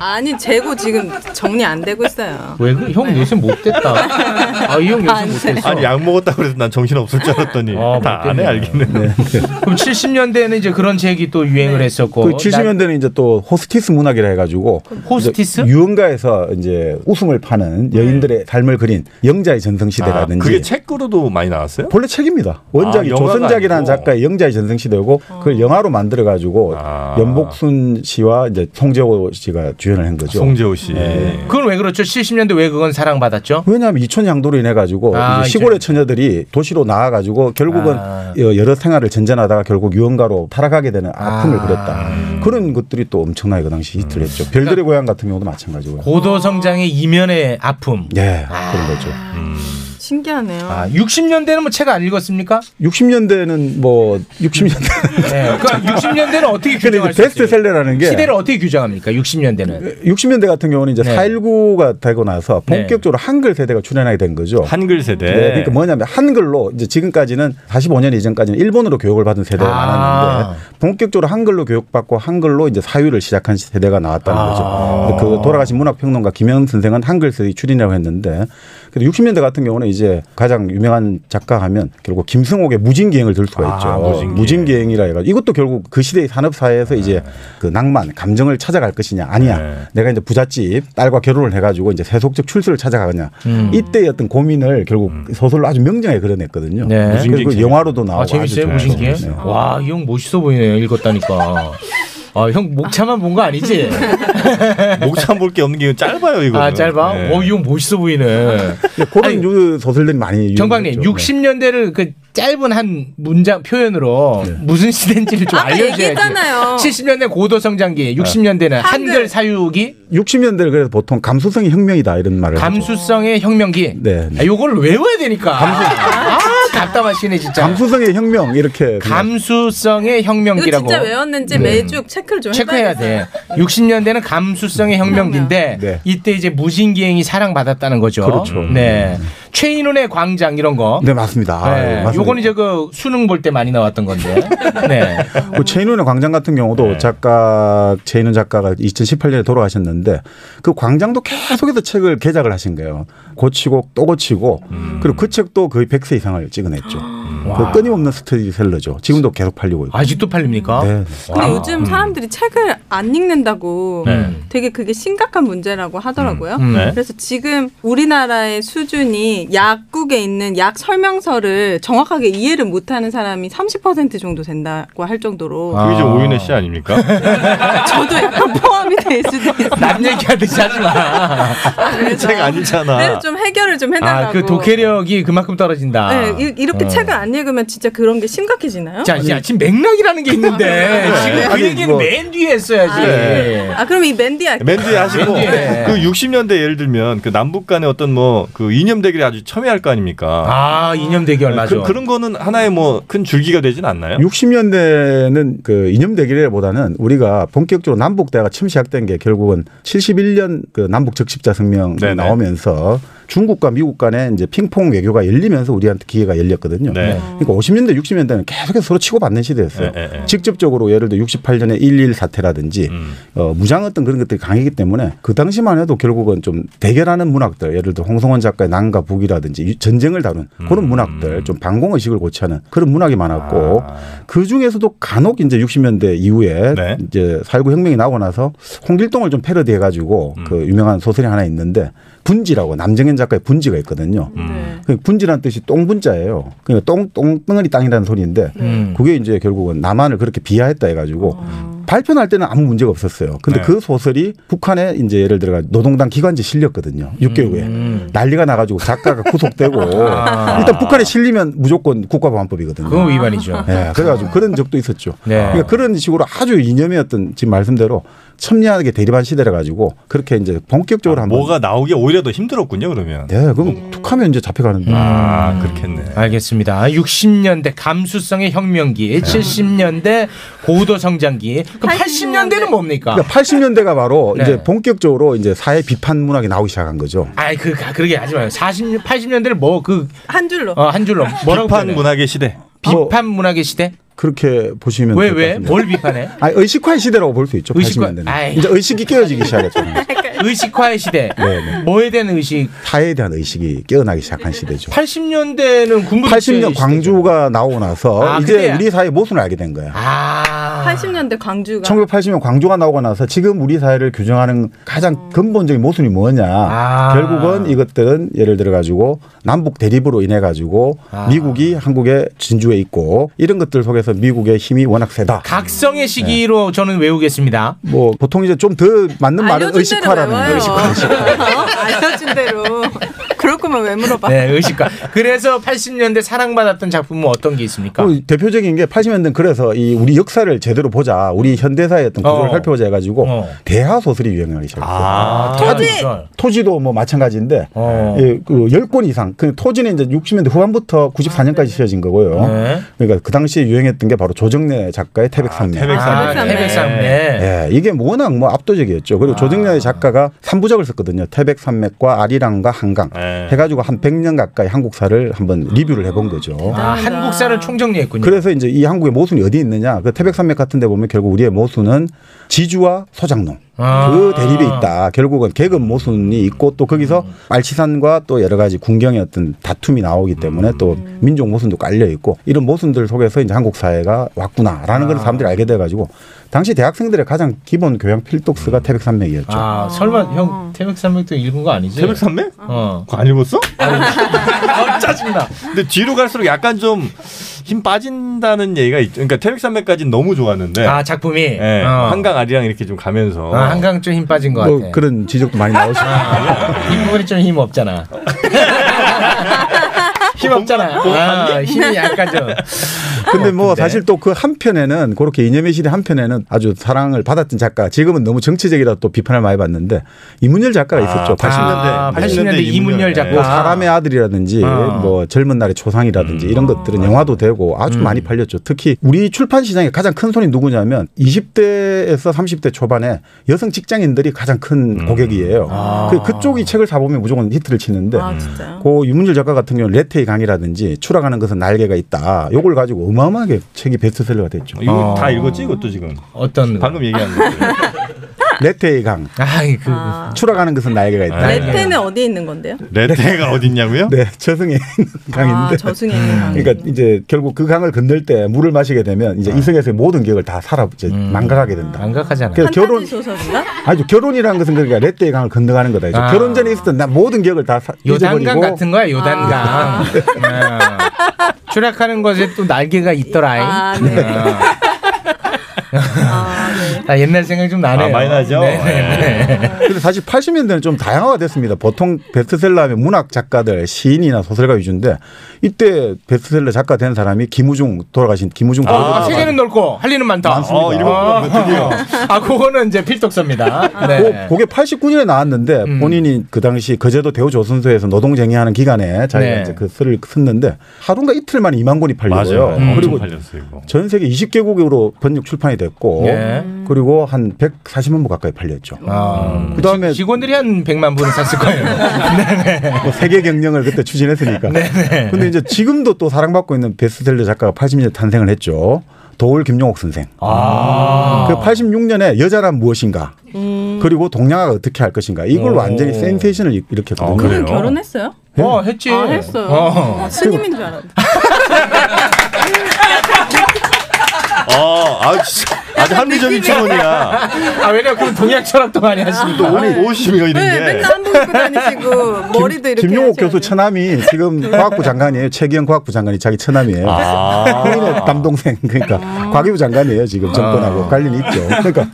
Speaker 11: 아니 재고 지금 정리 안 되고 있어요.
Speaker 4: 왜 그래? 형 요새 못 됐다. 네. 아, 이 형 요새 못 됐어.
Speaker 8: 아니 약 먹었다 그래서 난 정신 없을 줄 알았더니
Speaker 10: 아,
Speaker 8: 다 아, 안해 알겠네.
Speaker 4: 그럼 70년대는 이제 그런 책이 또 유행을 했었고.
Speaker 8: 어,
Speaker 10: 그 70년대는 네. 이제 또 호스티스 문학이라 해가지고
Speaker 11: 그
Speaker 4: 호스티스?
Speaker 10: 이제 유흥가에서 이제 웃음을 파는 여인들의 삶을 그린 영자의 전성 시대라든지
Speaker 8: 네. 아, 그게 책으로도 많이 나왔어요?
Speaker 10: 본래 책입니다. 원작이
Speaker 8: 아, 영화가
Speaker 10: 조선작이라는
Speaker 8: 아니고.
Speaker 10: 작가의 영자의 전성시대고
Speaker 4: 아.
Speaker 10: 그걸 영화로 만들어 가지고 연복순 씨와 이제 송재호 씨가 주연을 한 거죠. 네.
Speaker 8: 송재호 씨.
Speaker 4: 그건 왜 그렇죠? 70년대 왜 그건 사랑받았죠?
Speaker 10: 왜냐하면 이촌 양도로 인해 가지고
Speaker 4: 아,
Speaker 10: 이제 시골의 처녀들이 도시로 나와 가지고 결국은 여- 여러 생활을 전전하다가 결국 유흥가로 타락하게 되는 아픔을 그렸다. 그런 것들이 또 엄청나게 그 당시 히트를 했죠.
Speaker 4: 그러니까
Speaker 10: 별들의 고향 같은 경우도 마찬가지고요.
Speaker 4: 고도 성장의 이면의 아픔.
Speaker 10: 예, 그런 거죠.
Speaker 11: 신기하네요.
Speaker 4: 아, 60년대는 뭐 책 안 읽었습니까?
Speaker 10: 60년대는 뭐 60년대
Speaker 4: 네. 그러니까 60년대는 어떻게
Speaker 10: 근데 이제
Speaker 4: 규정할 수 있어요?
Speaker 10: 베스트셀러라는 게 네.
Speaker 4: 시대를 어떻게 규정합니까? 60년대는.
Speaker 10: 60년대 같은 경우는 이제
Speaker 4: 네.
Speaker 10: 4.19가 되고 나서 본격적으로 한글 세대가 네. 출현하게 된 거죠.
Speaker 8: 한글 세대.
Speaker 10: 네, 그러니까 뭐냐면 한글로 이제 지금까지는 45년 이전까지는 일본어로 교육을 받은 세대가
Speaker 8: 아.
Speaker 10: 많았는데 본격적으로 한글로 교육받고 한글로 이제 사유를 시작한 아. 세대가 나왔다는 거죠. 그 돌아가신 문학평론가 김영 선생은 한글 세대 출인이라고 했는데 근데 60년대 같은 경우는 이제 가장 유명한 작가 하면 결국 김승옥의 아, 무진기행을 들 수가 있죠. 무진기행. 이라 해가지고 이것도 결국 그 시대의 산업 사회에서 이제
Speaker 4: 네.
Speaker 10: 그 낭만, 감정을 찾아갈 것이냐 아니야. 내가 이제 부잣집 딸과 결혼을 해가지고 이제 세속적 출세를 찾아가느냐.
Speaker 4: 음.
Speaker 10: 이때의 어떤 고민을 결국 그 소설로 아주 명장하게 그려냈거든요.
Speaker 4: 네. 무진기행
Speaker 10: 그리고
Speaker 4: 재밌-
Speaker 10: 영화로도 나오고
Speaker 4: 아, 재밌어요
Speaker 10: 아주
Speaker 4: 무신기에.
Speaker 10: 좋았어요. 네.
Speaker 4: 와, 이 형 멋있어 보이네요. 읽었다니까. 아, 형 목차만 본 거 아니지?
Speaker 10: 뭐
Speaker 3: 목차 볼게 없는 게 짧아요
Speaker 10: 이거는.
Speaker 4: 아, 짧아?
Speaker 10: 네.
Speaker 4: 어, 이 형 멋있어 보이네.
Speaker 10: 그런 유 소설들이 네. 많이
Speaker 4: 정광님, 60년대를 그 짧은 한 문장 표현으로
Speaker 10: 네.
Speaker 4: 무슨 시대인지를 좀
Speaker 9: 아까 네,
Speaker 4: 알려줘야지.
Speaker 9: 얘기했잖아요.
Speaker 4: 70년대 고도
Speaker 10: 네.
Speaker 4: 성장기, 60년대는 한글 사유기,
Speaker 10: 60년대를 그래서 보통 감수성이 혁명이다 이런 말을 하죠.
Speaker 4: 감수성의 혁명기.
Speaker 10: 그렇죠. 네. 네.
Speaker 4: 아, 요걸 외워야 되니까. 아, 답답하시네 진짜.
Speaker 10: 감수성의 혁명 이렇게
Speaker 4: 감수성의
Speaker 9: 이거
Speaker 4: 혁명기라고.
Speaker 9: 진짜 외웠는지
Speaker 4: 네.
Speaker 9: 매주 체크를 좀
Speaker 4: 체크해야 돼. 60년대는 감수성의 혁명기인데
Speaker 10: 네.
Speaker 4: 이때 이제 무신기행이 사랑받았다는 거죠.
Speaker 10: 그렇죠.
Speaker 4: 네. 최인훈의 광장 이런 거.
Speaker 10: 네 맞습니다. 아, 네,
Speaker 4: 네.
Speaker 10: 맞습니다.
Speaker 4: 요건 이제 그 수능 볼 때 많이 나왔던 건데. 네.
Speaker 10: 그 최인훈의 광장 같은 경우도 작가 최인훈 작가가 2018년에 돌아가셨는데 그 광장도 계속해서 책을 개작을 하신 거예요. 고치고 또 고치고 그리고 그 책도 거의 100세 이상을 찍어냈죠. 그 끊임없는 스테디셀러죠. 지금도 계속 팔리고 있고.
Speaker 4: 아직도 팔립니까?
Speaker 10: 네.
Speaker 9: 근데
Speaker 4: 음.
Speaker 9: 요즘 사람들이 책을 안 읽는다고
Speaker 10: 네.
Speaker 9: 되게 그게 심각한 문제라고 하더라고요.
Speaker 10: 음, 음. 네.
Speaker 9: 그래서 지금 우리나라의 수준이 약국에 있는 약 설명서를 정확하게 이해를 못하는 사람이 30% 정도 된다고 할 정도로
Speaker 4: 아.
Speaker 3: 그게 이제 오윤혜 씨 아닙니까?
Speaker 9: 저도 약간 포함이 될 수도 있어요.
Speaker 4: 남 얘기하듯이 하지 마.
Speaker 9: 그래서
Speaker 4: 책 아니잖아.
Speaker 10: 네,
Speaker 9: 그래서 좀 해결을 좀 해달라고.
Speaker 4: 아, 그 독해력이 그만큼 떨어진다.
Speaker 9: 네, 이- 이렇게
Speaker 4: 어.
Speaker 9: 책을 안 읽으면 진짜 그런 게 심각해지나요?
Speaker 4: 자, 야, 지금 맥락이라는 게 있는데
Speaker 3: 네.
Speaker 4: 지금 그
Speaker 3: 아니,
Speaker 4: 얘기는
Speaker 3: 뭐-
Speaker 4: 맨 뒤에 했어야지.
Speaker 3: 네.
Speaker 9: 아 그럼 이 맨디 할게요.
Speaker 3: 맨 뒤에 하시고
Speaker 4: 맨 뒤에.
Speaker 3: 그 60년대 예를 들면 그 남북 간의 어떤 뭐 그 이념 대결이 아주 첨예할 거 아닙니까?
Speaker 4: 아 이념 대결
Speaker 3: 그, 그런 거는 하나의 뭐 큰 줄기가 되진 않나요?
Speaker 10: 60년대는 그 이념 대결보다는 우리가 본격적으로 남북 대화가 침시작된 게 결국은 71년 그 남북 적십자 성명
Speaker 3: 네,
Speaker 10: 이 나오면서 중국과 미국 간에 이제 핑퐁 외교가 열리면서 우리한테 기회가 열렸거든요. 그러니까 50년대, 60년대는 계속해서 서로 치고받는 시대였어요.
Speaker 3: 네, 음. 네, 네.
Speaker 10: 직접적으로 예를 들어 68년에 1.1 사태라든지 어, 무장 어떤 그런 것들이 강하기 때문에 그 당시만 해도 결국은 좀 대결하는 문학들 예를 들어 홍성원 작가의 남과 북이라든지 유- 전쟁을 다룬 그런 문학들 좀 반공 의식을 고취하는 그런 문학이 많았고 그 중에서도 간혹 이제 60년대 이후에 이제 4.19 혁명이 나고 나서 홍길동을 좀 패러디해 가지고 그 유명한 소설이 하나 있는데 분지라고 남정현 작가의 분지가 있거든요. 그 분지란 뜻이 똥분자예요. 그러니까 똥똥덩어리 땅이라는 소리인데
Speaker 4: 음.
Speaker 10: 그게 이제 결국은 남한을 그렇게 비하했다 해가지고 발표할 때는 아무 문제가 없었어요. 근데
Speaker 3: 네.
Speaker 10: 그 소설이 북한에 이제 예를 들어 노동당 기관지 실렸거든요. 6개월 후에 난리가 나가지고 작가가 구속되고
Speaker 4: 음. 아.
Speaker 10: 일단 북한에 실리면 무조건 국가보안법이거든요.
Speaker 4: 그건 위반이죠.
Speaker 10: 예, 그래가지고 그런 적도 있었죠.
Speaker 4: 네.
Speaker 10: 그러니까 그런 식으로 아주 이념의 어떤 지금 말씀대로 첨예하게 대립한 시대라 가지고 그렇게 이제
Speaker 4: 아,
Speaker 10: 본격적으로 한번
Speaker 3: 뭐가 나오기 오히려 더 힘들었군요 그러면.
Speaker 10: 네, 그럼 툭하면 이제
Speaker 4: 음.
Speaker 10: 잡혀가는데. 그러니까
Speaker 3: 아 그렇겠네.
Speaker 4: 알겠습니다. 아, 60년대 감수성의 혁명기, 70년대 고도 성장기. 그럼 80년대. 는 뭡니까?
Speaker 10: 그러니까 80년대가 바로
Speaker 4: 아. 네.
Speaker 10: 이제 본격적으로 이제 사회 비판 문학이 나오기 시작한 거죠.
Speaker 4: 아이 그 가- 그러게 하지 마요. 40년 80년대를 뭐그한
Speaker 9: 줄로
Speaker 4: 어, 한 줄로 뭐라고
Speaker 10: 비판 뭐? 네,
Speaker 3: 문학의 시대.
Speaker 4: 비판 문학의 시대?
Speaker 10: 그렇게 보시면
Speaker 4: 왜
Speaker 10: 될것
Speaker 4: 왜?
Speaker 10: 같습니다.
Speaker 4: 뭘 비판해?
Speaker 10: 아니, 의식화의 시대라고 볼 수 있죠.
Speaker 4: 의식화-
Speaker 10: 80년대는.
Speaker 4: 아이.
Speaker 10: 이제 의식이 깨어지기 시작했죠.
Speaker 4: 그러니까. 의식화의 시대.
Speaker 10: 네,
Speaker 4: 뭐에 대한 의식?
Speaker 10: 사회에 대한 의식이 깨어나기 시작한 시대죠.
Speaker 4: 80년대는 군부독재
Speaker 10: 80년 광주가 나오고 나서
Speaker 4: 아,
Speaker 10: 이제
Speaker 4: 그래야.
Speaker 10: 우리 사회 모순을 알게 된 거예요.
Speaker 4: 아,
Speaker 9: 80년대 광주가
Speaker 10: 1980년 광주가 나오고 나서 지금 우리 사회를 규정하는
Speaker 4: 음.
Speaker 10: 가장 근본적인 모순이 뭐냐.
Speaker 4: 아.
Speaker 10: 결국은 이것들은 예를 들어 가지고 남북 대립으로 인해 가지고
Speaker 4: 아.
Speaker 10: 미국이 한국의 진주에 있고 이런 것들 속에서 미국의 힘이 워낙 세다.
Speaker 4: 각성의 시기로 저는 외우겠습니다.
Speaker 10: 뭐 보통 이제 좀 더 맞는 말은
Speaker 9: 알려준 대로
Speaker 10: 의식화라는
Speaker 9: 아, 외워요.
Speaker 10: 거예요.
Speaker 9: 어? 알려준 대로. 그럴 거면 왜 물어봐?
Speaker 4: 네, 의식과. 그래서 80년대 사랑받았던 작품은 어떤 게 있습니까?
Speaker 10: 그 대표적인 게 80년대 그래서 이 우리 역사를 제대로 보자, 우리 현대사의 어떤 구조를
Speaker 4: 어.
Speaker 10: 살펴보자 해가지고 대하 소설이 유행하기 시작했어요.
Speaker 4: 아, 어.
Speaker 10: 토지 토지도 뭐 마찬가지인데 예, 그10권 이상 그 토지는 이제 60년대 후반부터 94년까지 쓰여진 거고요.
Speaker 4: 네.
Speaker 10: 그러니까 그 당시에 유행했던 게 바로 조정래 작가의 태백산맥.
Speaker 4: 태백산맥. 아, 태백산맥.
Speaker 10: 예, 이게 워낙 뭐 압도적이었죠. 그리고 조정래 작가가 3부작을 썼거든요. 태백산맥과 아리랑과 한강
Speaker 3: 네.
Speaker 10: 해가지고 한 100년 가까이 한국사를 한번 리뷰를 해본 거죠.
Speaker 4: 아, 한국사를 총정리했군요.
Speaker 10: 그래서 이제 이 한국의 모순이 어디 있느냐. 그 태백산맥 같은 데 보면 결국 우리의 모순은 지주와 소장농.
Speaker 4: 아.
Speaker 10: 그 대립이 있다. 결국은 계급 모순이 있고 또 거기서
Speaker 4: 음.
Speaker 10: 말치산과 또 여러 가지 군경의 어떤 다툼이 나오기 때문에 또
Speaker 4: 음.
Speaker 10: 민족 모순도 깔려 있고 이런 모순들 속에서 이제 한국 사회가 왔구나라는
Speaker 4: 아.
Speaker 10: 걸 사람들이 알게 돼가지고 당시 대학생들의 가장 기본 교양 필독스가 태백산맥이었죠.
Speaker 4: 음. 아, 설마 형 태백산맥도 읽은 거 아니지?
Speaker 3: 태백산맥?
Speaker 4: 어.
Speaker 3: 그거 안 읽었어?
Speaker 4: 아, 짜증나.
Speaker 3: 근데 뒤로 갈수록 약간 좀 힘 빠진다는 얘기가 있죠. 그러니까 태백산맥까지는 너무 좋았는데.
Speaker 4: 아, 작품이?
Speaker 3: 예,
Speaker 4: 어.
Speaker 3: 한강 아리랑 이렇게 좀 가면서.
Speaker 4: 아, 한강 좀 힘 빠진 것 같아.
Speaker 10: 어, 뭐
Speaker 4: 아,
Speaker 10: 그런 지적도 많이 나오시고.
Speaker 4: 이 부분이 좀 힘 없잖아. 힘 없잖아. 아, 힘이 약간 좀.
Speaker 10: 근데 뭐 사실 또 그 한편에는 그렇게 이념의 시대 한편에는 아주 사랑을 받았던 작가 지금은 너무 정치적이라 또 비판을 많이 받는데 이문열 작가가 있었죠. 80년대.
Speaker 4: 아, 80년대 이문열 작가.
Speaker 10: 뭐 사람의 아들이라든지 음, 뭐 젊은 날의 초상이라든지 이런 것들은 영화도 되고 아주 많이 팔렸죠. 특히 우리 출판 시장의 가장 큰 손이 누구냐면 20대에서 30대 초반에 여성 직장인들이 가장 큰 고객이에요. 그 그쪽이 책을 사보면 무조건 히트를 치는데
Speaker 9: 아,
Speaker 10: 그 유문열 작가 같은 경우는 레테의 강이라든지 추락하는 것은 날개가 있다. 요걸 가지고 어마어마하게 책이 베스트셀러가 됐죠.
Speaker 3: 이거
Speaker 4: 어.
Speaker 3: 다 읽었지? 이것도 지금.
Speaker 4: 어떤
Speaker 3: 방금 얘기한 거.
Speaker 10: 레테의 강.
Speaker 4: 그
Speaker 10: 아.
Speaker 9: 아.
Speaker 10: 추락하는 것은
Speaker 3: 아,
Speaker 10: 날개가
Speaker 4: 아.
Speaker 10: 있다.
Speaker 3: 네.
Speaker 4: 네.
Speaker 9: 레테는 어디에 있는 건데요?
Speaker 3: 레테가 어딨냐고요?
Speaker 10: 네, 저승에 있는 강인데.
Speaker 9: 아, 저승에 있는 강.
Speaker 10: 그러니까 이제 결국 그 강을 건널 때 물을 마시게 되면 이제 이승에서의 모든 기억을 다 사라 이제 망각하게 된다.
Speaker 4: 아. 음. 망각하잖아.
Speaker 10: 그래서 결혼
Speaker 9: 소설인가?
Speaker 10: 아니죠 결혼이라는 것은 그러니까 레테의 강을 건너가는 거다. 이제
Speaker 4: 아.
Speaker 10: 결혼 전에 있었던 나 모든 기억을 다 사,
Speaker 4: 요단강
Speaker 10: 잊어버리고 아.
Speaker 4: 같은 거야, 요단강. 예. 추락하는 것에 또 날개가 있더라.
Speaker 9: 아,
Speaker 10: 음.
Speaker 9: 네.
Speaker 4: 아, 옛날 생각 좀 나네요.
Speaker 10: 아, 많이 나죠?
Speaker 4: 네, 네, 네.
Speaker 10: 근데 사실 80년대는 좀 다양화가 됐습니다. 보통 베스트셀러 하면 문학 작가들, 시인이나 소설가 위주인데 이때 베스트셀러 작가 된 사람이 김우중 돌아가신 김우중
Speaker 4: 아, 세계는 넓고 할 일은 많다.
Speaker 10: 많습니다.
Speaker 4: 어,
Speaker 10: 일본
Speaker 4: 아,
Speaker 10: 거면 드디어.
Speaker 4: 아, 그거는 이제 필독서입니다.
Speaker 10: 아. 고-
Speaker 4: 네.
Speaker 10: 그게 89년에 나왔는데 본인이 그 당시 거제도 대우조선소에서 노동쟁이 하는 기간에 자기가
Speaker 3: 네.
Speaker 10: 이제 그 글을 썼는데 하루인가 이틀 만에 2만 권이 팔려요.
Speaker 3: 맞아요. 음.
Speaker 10: 그리고
Speaker 3: 엄청 팔렸어요, 이거.
Speaker 10: 전 세계 20개국으로 번역 출판이 됐고
Speaker 4: 네.
Speaker 10: 그리고 한 140만 부 가까이 팔렸죠.
Speaker 4: 아,
Speaker 10: 그다음에
Speaker 4: 직원들이 한 100만 분을 샀을 거예요.
Speaker 10: 뭐 세계 경영을 그때 추진했으니까.
Speaker 4: 네네.
Speaker 10: 근데 이제 지금도 또 사랑받고 있는 베스트셀러 작가가 80년대 탄생을 했죠. 도울 김용옥 선생.
Speaker 4: 아.
Speaker 10: 그 86년에 여자란 무엇인가. 그리고 동양화가 어떻게 할 것인가. 이걸
Speaker 4: 오.
Speaker 10: 완전히 센세이션을 일- 일으켰거든요.
Speaker 9: 그분 결혼했어요?
Speaker 4: 어, 했지.
Speaker 9: 아, 했어요.
Speaker 4: 어.
Speaker 9: 어, 스님인 줄 알았는데.
Speaker 3: 아, 아, 진짜. 아주 합리적인 청원이야.
Speaker 4: 아, 왜냐, 그럼 동양 철학도 많이 하시고.
Speaker 3: 또 오리- 오심이요, 이런
Speaker 9: 네,
Speaker 3: 게.
Speaker 9: 맨날 한복 입고 다니시고 머리도 이렇게
Speaker 10: 김용옥 교수 처남이 지금 과학부 장관이에요. 최기영 과학부 장관이 자기 처남이에요.
Speaker 3: 아.
Speaker 10: 본인의 남동생 그러니까
Speaker 4: 아.
Speaker 10: 과기부 장관이에요. 지금 정권하고 관련이 있죠. 그러니까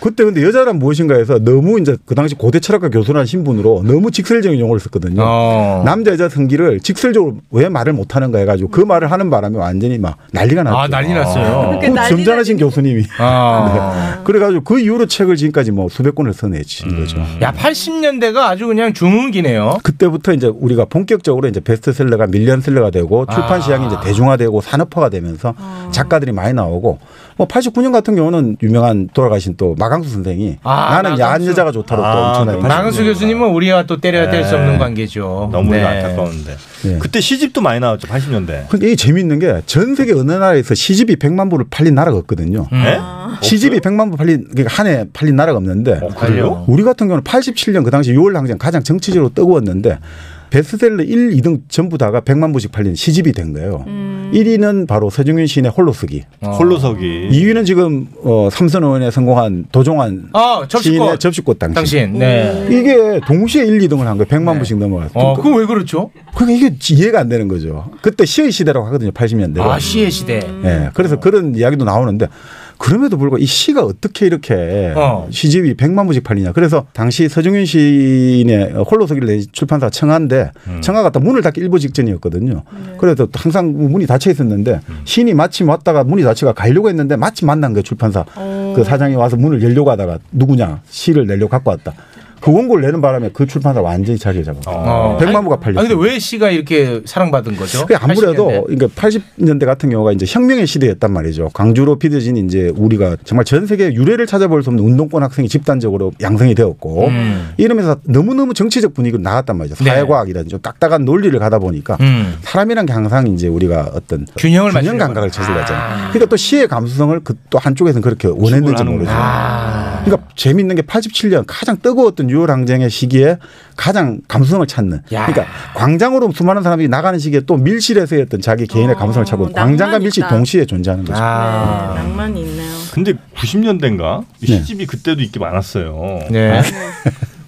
Speaker 10: 그때 근데 여자란 무엇인가에서 너무 이제 그 당시 고대 철학과 교수라는 신분으로 너무 직설적인 용어를 썼거든요.
Speaker 4: 아.
Speaker 10: 남자 여자 성기를 직설적으로 왜 말을 못하는가 해가지고 그 말을 하는 바람에 완전히 막 난리가 났죠.
Speaker 4: 아, 난리 났어요.
Speaker 10: 그
Speaker 4: 그렇게 난리
Speaker 10: 점잖으신 교수님이.
Speaker 4: 아.
Speaker 10: 네. 그래가지고 그 이후로 책을 지금까지 뭐 수백 권을 써내신
Speaker 4: 음.
Speaker 10: 거죠.
Speaker 4: 야, 80년대가 아주 그냥 주문기네요.
Speaker 10: 그때부터 이제 우리가 본격적으로 이제 베스트셀러가 밀리언셀러가 되고
Speaker 4: 아.
Speaker 10: 출판 시장이 이제 대중화되고 산업화가 되면서 작가들이 많이 나오고 뭐 89년 같은 경우는 유명한 돌아가신 또 마강수 선생이
Speaker 4: 아,
Speaker 10: 나는 야한 여자가 좋다로 또 엄청나게
Speaker 4: 나강수 교수님은 우리와 또 때려야 뗄 수 없는 관계죠. 네.
Speaker 3: 너무 안타까운데. 그때 시집도 많이 나왔죠,
Speaker 4: 그
Speaker 3: 80년대.
Speaker 10: 근데 이게 재미있는 게 전 세계 어느 나라에서 시집이 100만 부를 팔린 나라가 없거든요.
Speaker 3: 네?
Speaker 4: 아.
Speaker 10: 시집이 100만 부 팔린 그러니까 한 해 팔린 나라가 없는데
Speaker 3: 어, 그래요?
Speaker 4: 음.
Speaker 10: 우리 같은 경우는 87년 그 당시 6월 항쟁 가장 정치적으로 뜨거웠는데 베스트셀러 1, 2등 전부 다가 100만 부씩 팔린 시집이 된 거예요.
Speaker 3: 음.
Speaker 10: 1위는 바로 서중윤 시인의 홀로쓰기.
Speaker 4: 예.
Speaker 3: 홀로서기.
Speaker 10: 2위는 지금 어, 삼선 의원에 성공한 도종환
Speaker 4: 아, 접시꽃.
Speaker 10: 시인의 음. 접시꽃 당신.
Speaker 4: 당신, 네.
Speaker 10: 이게 동시에 1, 2등을 한 거예요. 100만 부씩 넘어갔어요.
Speaker 4: 어, 그건 왜 그렇죠?
Speaker 10: 그게 이게 이해가 안 되는 거죠. 그때 시의 시대라고 하거든요. 80년대.
Speaker 4: 아, 시의 시대.
Speaker 10: 예. 그래서 그런 이야기도 나오는데 그럼에도 불구하고 이 시가 어떻게 이렇게
Speaker 4: 어.
Speaker 10: 시집이 100만 부씩 팔리냐. 그래서 당시 서정윤 시인의 홀로서기를 낸 출판사 청하인데
Speaker 4: 음.
Speaker 10: 청하가 다 문을 닫기 일보 직전이었거든요. 그래서 항상 문이 닫혀 있었는데
Speaker 4: 음.
Speaker 10: 시인이 마침 왔다가 문이 닫혀가 가려고 했는데 마침 만난 거예요. 출판사. 그 사장이 와서 문을 열려고 하다가 누구냐 시를 내려고 갖고 왔다. 그 원고를 내는 바람에 그 출판사 완전히 자리를 잡았고
Speaker 4: 어.
Speaker 10: 100만 부가 팔렸어요.
Speaker 4: 아, 근데 왜 시가 이렇게 사랑받은 거죠?
Speaker 10: 그게 아무래도
Speaker 4: 80년대?
Speaker 10: 그러니까 80년대 같은 경우가 이제 혁명의 시대였단 말이죠. 광주로 빚어진 이제 우리가 정말 전 세계 유례를 찾아볼 수 없는 운동권 학생이 집단적으로 양성이 되었고
Speaker 4: 음.
Speaker 10: 이러면서 너무너무 정치적 분위기로 나갔단 말이죠. 사회과학이라든지 좀 딱딱한 논리를 가다 보니까
Speaker 4: 음.
Speaker 10: 사람이란 게 항상 이제 우리가 어떤
Speaker 4: 균형을
Speaker 10: 균형
Speaker 4: 맞추려고 아.
Speaker 10: 감각을 찾으려 하잖아요. 그러니까 또 시의 감수성을 그 또 한쪽에서는 그렇게 원했는지 모르죠.
Speaker 4: 아.
Speaker 10: 그러니까 재미있는 게 87년 가장 뜨거웠던 유월항쟁의 시기에 가장 감성을 찾는. 그러니까 광장으로 수많은 사람들이 나가는 시기에 또 밀실에서의 어떤 자기 개인의 감성을 찾고 광장과 밀실 동시에 존재하는 거죠.
Speaker 4: 아,
Speaker 9: 네, 낭만이 있네요.
Speaker 3: 근데 90년대인가 시집이 그때도 인기 많았어요.
Speaker 4: 네.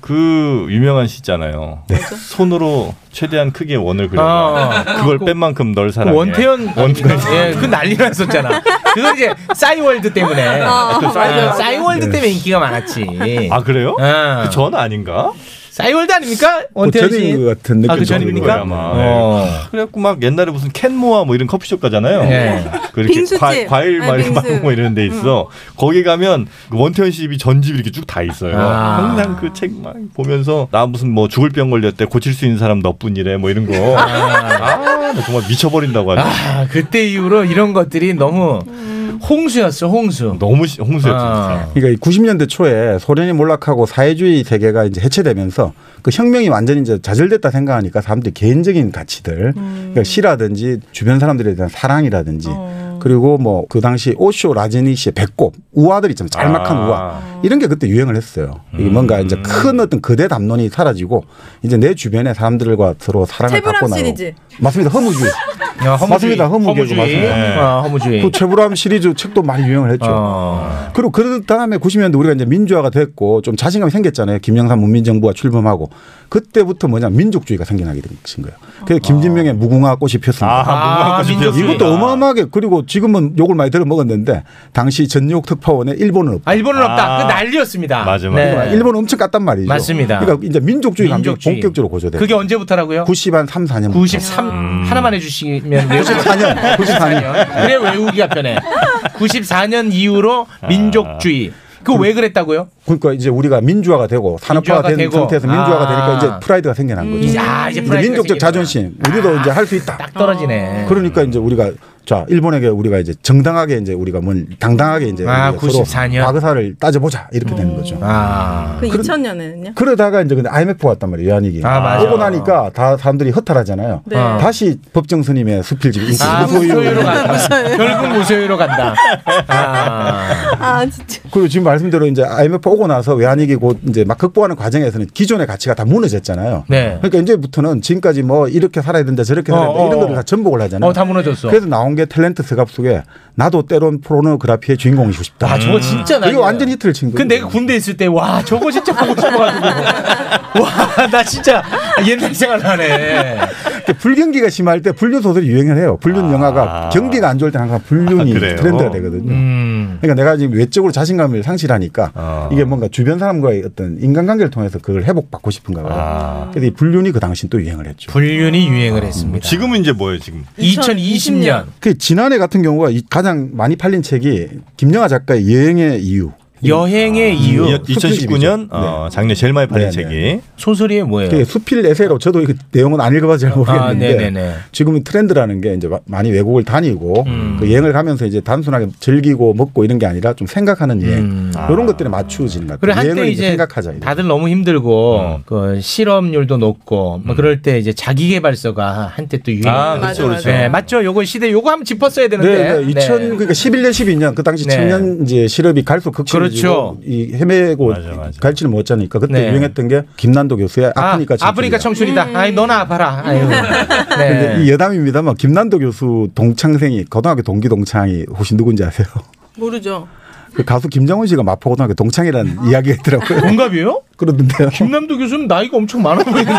Speaker 3: 그 유명한 시잖아요. 손으로 최대한 크게 원을 그려.
Speaker 4: 아.
Speaker 3: 그걸 뺀 만큼 널 사랑해.
Speaker 4: 원태현
Speaker 3: 원태현.
Speaker 4: 예, 그 난리 났었잖아. 그건 이제 싸이월드 때문에.
Speaker 3: 아, 그 싸이월드.
Speaker 4: 아, 싸이월드
Speaker 3: 네.
Speaker 4: 때문에 인기가 많았지.
Speaker 3: 아 그래요?
Speaker 4: 어.
Speaker 3: 그 전 아닌가?
Speaker 4: 싸이월드 아닙니까? 원태현 씨.
Speaker 10: 그 전인 것 같은
Speaker 4: 아, 그
Speaker 10: 느낌이
Speaker 4: 전입니까? 어.
Speaker 3: 거예요,
Speaker 10: 드는 거예요.
Speaker 3: 아마. 네. 그래갖고 막 옛날에 무슨 캔모아 뭐 이런 커피숍 가잖아요.
Speaker 10: 네.
Speaker 3: 그 이렇게
Speaker 10: 빙수집.
Speaker 3: 과, 과일
Speaker 10: 네,
Speaker 3: 말고
Speaker 10: 빙수.
Speaker 3: 뭐 이런 데 있어. 거기 가면 그 원태현 씨 집이 전집 이렇게 쭉 다 있어요.
Speaker 4: 아.
Speaker 3: 항상 그 책 막 보면서 나 무슨 뭐 죽을 병 걸렸대 고칠 수 있는 사람 너뿐이래 뭐 이런 거. 아, 나 정말 미쳐버린다고 하죠.
Speaker 4: 아, 그때 이후로 이런 것들이 너무
Speaker 3: 음.
Speaker 4: 홍수였어, 홍수.
Speaker 3: 너무 홍수였어.
Speaker 4: 아.
Speaker 10: 그러니까 이 90년대 초에 소련이 몰락하고 사회주의 세계가 이제 해체되면서 그 혁명이 완전히 이제 좌절됐다 생각하니까 사람들이 개인적인 가치들,
Speaker 9: 음.
Speaker 10: 그러니까 시라든지 주변 사람들에 대한 사랑이라든지
Speaker 9: 어.
Speaker 10: 그리고 뭐 그 당시 오쇼 라제니 씨의 배꼽, 우아들 있잖아요. 짤막한
Speaker 3: 아.
Speaker 10: 우아. 이런 게 그때 유행을 했어요. 이게 뭔가 이제 큰 어떤 그대 담론이 사라지고 이제 내 주변의 사람들과 서로 사랑을
Speaker 9: 채브람
Speaker 10: 갖고 나오고.
Speaker 9: 시리즈.
Speaker 10: 맞습니다. 허무주의.
Speaker 4: 야, 아, 허무주의.
Speaker 10: 맞습니다. 그 허무개그
Speaker 4: 허무주의.
Speaker 10: 맞습니다.
Speaker 4: 네. 아, 허무주의. 어.
Speaker 10: 또 최불암 시리즈 책도 많이 유행을 했죠. 그리고 그 다음에 90년대 우리가 이제 민주화가 됐고 좀 자신감이 생겼잖아요. 김영삼 문민정부가 출범하고 그때부터 뭐냐 민족주의가 생겨나게 된 거예요. 그래서 김진명의 무궁화 꽃이
Speaker 3: 아,
Speaker 10: 폈습니다.
Speaker 3: 무궁화 꽃이 민족주의다.
Speaker 10: 이것도 어마어마하게 그리고 지금은 욕을 많이 들어 먹었는데 당시 전역 특파원에 일본은 없다.
Speaker 4: 아, 일본은 없다. 그 난리였습니다. 네.
Speaker 10: 맞아, 맞아. 일본 엄청 깠단 말이죠.
Speaker 4: 맞습니다.
Speaker 10: 그러니까 이제 민족주의 감정이
Speaker 4: 민족주의.
Speaker 10: 본격적으로 고조돼요.
Speaker 4: 그게 언제부터라고요?
Speaker 10: 90한 3, 4년.
Speaker 4: 93 하나만 해주시면
Speaker 10: 94년, 94년.
Speaker 4: 그래 외우기가 편해. 94년 이후로 민족주의. 그 왜 그랬다고요?
Speaker 10: 그러니까 이제 우리가 민주화가 되고
Speaker 4: 민주화가
Speaker 10: 산업화가 된
Speaker 4: 되고.
Speaker 10: 상태에서 민주화가 되니까
Speaker 4: 아.
Speaker 10: 이제 프라이드가 생겨난 거죠.
Speaker 4: 이제- 아, 이제 프라이드가
Speaker 10: 민족적 자존심. 우리도 이제 할 수 있다.
Speaker 4: 딱 떨어지네.
Speaker 10: 그러니까 이제 우리가 자 일본에게 우리가 이제 정당하게 이제 우리가 뭘 당당하게 이제
Speaker 4: 아,
Speaker 10: 우리가 서로
Speaker 4: 94 년.
Speaker 10: 과거사를 따져보자 이렇게 되는 거죠.
Speaker 4: 아.
Speaker 9: 그 2000년에는요?
Speaker 10: 그러다가 이제 근데 IMF가 왔단 말이에요, 연익이.
Speaker 4: 아, 맞아.
Speaker 10: 오고 나니까 다 사람들이 허탈하잖아요.
Speaker 4: 네.
Speaker 10: 다시 법정 스님의 수필집이 인기.
Speaker 4: 아, 무소유로 간다.
Speaker 9: 무소유.
Speaker 4: 결국 무소유로 간다. 아.
Speaker 9: 아 진짜.
Speaker 10: 그리고 지금 말씀대로 이제 IMF 오고 나서 외환위기 곧 이제 막 극복하는 과정에서는 기존의 가치가 다 무너졌잖아요.
Speaker 4: 네.
Speaker 10: 그러니까 이제부터는 지금까지 뭐 이렇게 살아야 된다 저렇게 살아야 된다
Speaker 4: 어,
Speaker 10: 이런
Speaker 4: 어,
Speaker 10: 것들 다 전복을 하잖아요.
Speaker 4: 어, 다 무너졌어.
Speaker 10: 그래서 나온 게 탤런트 스갑 속에 나도 때론 포르노그래피의 주인공이고 싶다.
Speaker 4: 아, 저거 진짜 나
Speaker 10: 이거 완전 히트를 친 거예요.
Speaker 4: 그 내가 군대 있을 때 와 저거 진짜 보고 싶어가지고 와나 진짜 옛날 생각나네.
Speaker 10: 근데 그러니까 불경기가 심할 때 불륜 소설이 유행을 해요. 불륜
Speaker 4: 아.
Speaker 10: 영화가 경기가 안 좋을 때 항상 불륜이
Speaker 3: 그래요?
Speaker 10: 트렌드가 되거든요.
Speaker 4: 음.
Speaker 10: 그러니까 내가 지금 외적으로 자신감을 상실하니까
Speaker 4: 아.
Speaker 10: 이게 뭔가 주변 사람과의 어떤 인간관계를 통해서 그걸 회복받고 싶은가 봐요.
Speaker 4: 아.
Speaker 10: 그래서 이 불륜이 그 당시 또 유행을 했죠.
Speaker 4: 불륜이 유행을 했습니다.
Speaker 3: 지금은 이제 뭐예요 지금?
Speaker 4: 2020 년.
Speaker 10: 그 지난해 같은 경우가 이 가장 많이 팔린 책이 김영하 작가의 여행의 이유. 아,
Speaker 4: 여행의 이유.
Speaker 3: 2019년 어, 작년 제일 많이 팔린
Speaker 10: 네,
Speaker 3: 책이
Speaker 4: 소설이 뭐예요?
Speaker 10: 그게 수필 에세이로 저도 그 내용은 안 읽어봐서 잘 모르겠는데
Speaker 4: 네. 아, 네네네.
Speaker 10: 지금은 트렌드라는 게 이제 마- 많이 외국을 다니고
Speaker 4: 음.
Speaker 10: 그 여행을 가면서 이제 단순하게 즐기고 먹고 이런 게 아니라 좀 생각하는 여행 이런 것들에 맞추어지는 것
Speaker 4: 음. 아. 그래
Speaker 10: 같아요.
Speaker 4: 한때
Speaker 10: 여행을
Speaker 4: 이제
Speaker 10: 이제 어. 생각하자.
Speaker 4: 다들 너무 힘들고 그 실업률도 높고
Speaker 10: 음.
Speaker 4: 뭐 그럴 때 이제 자기 개발서가 한때 또 유행.
Speaker 3: 아, 그렇죠, 맞아, 그렇죠. 맞아.
Speaker 4: 네, 맞죠. 요거 시대 요거 한번 짚었어야 되는데.
Speaker 10: 네, 네. 2000 그러니까 11년 12년 그 당시
Speaker 4: 네.
Speaker 10: 청년 이제 실업이 갈수록 극심해지고
Speaker 4: 그렇죠.
Speaker 10: 이 헤매고 갈지를 못 자니까 그때
Speaker 4: 네.
Speaker 10: 유행했던 게 김난도 교수의 아프니까
Speaker 4: 아, 프리카 청춘이다. 아이 너나 아파라. 아이고. 네.
Speaker 10: 근데 이 여담입니다만 김난도 교수 동창생이 고등학교 동기 동창이 혹시 누군지 아세요?
Speaker 9: 모르죠. 아.
Speaker 10: 그 가수 김정은 씨가 마포고등학교 동창이라는 이야기가 있더라고요. 어.
Speaker 4: 동갑이에요?
Speaker 10: 그러던데요.
Speaker 4: 김남도 교수는 나이가 엄청 많아 보이는데.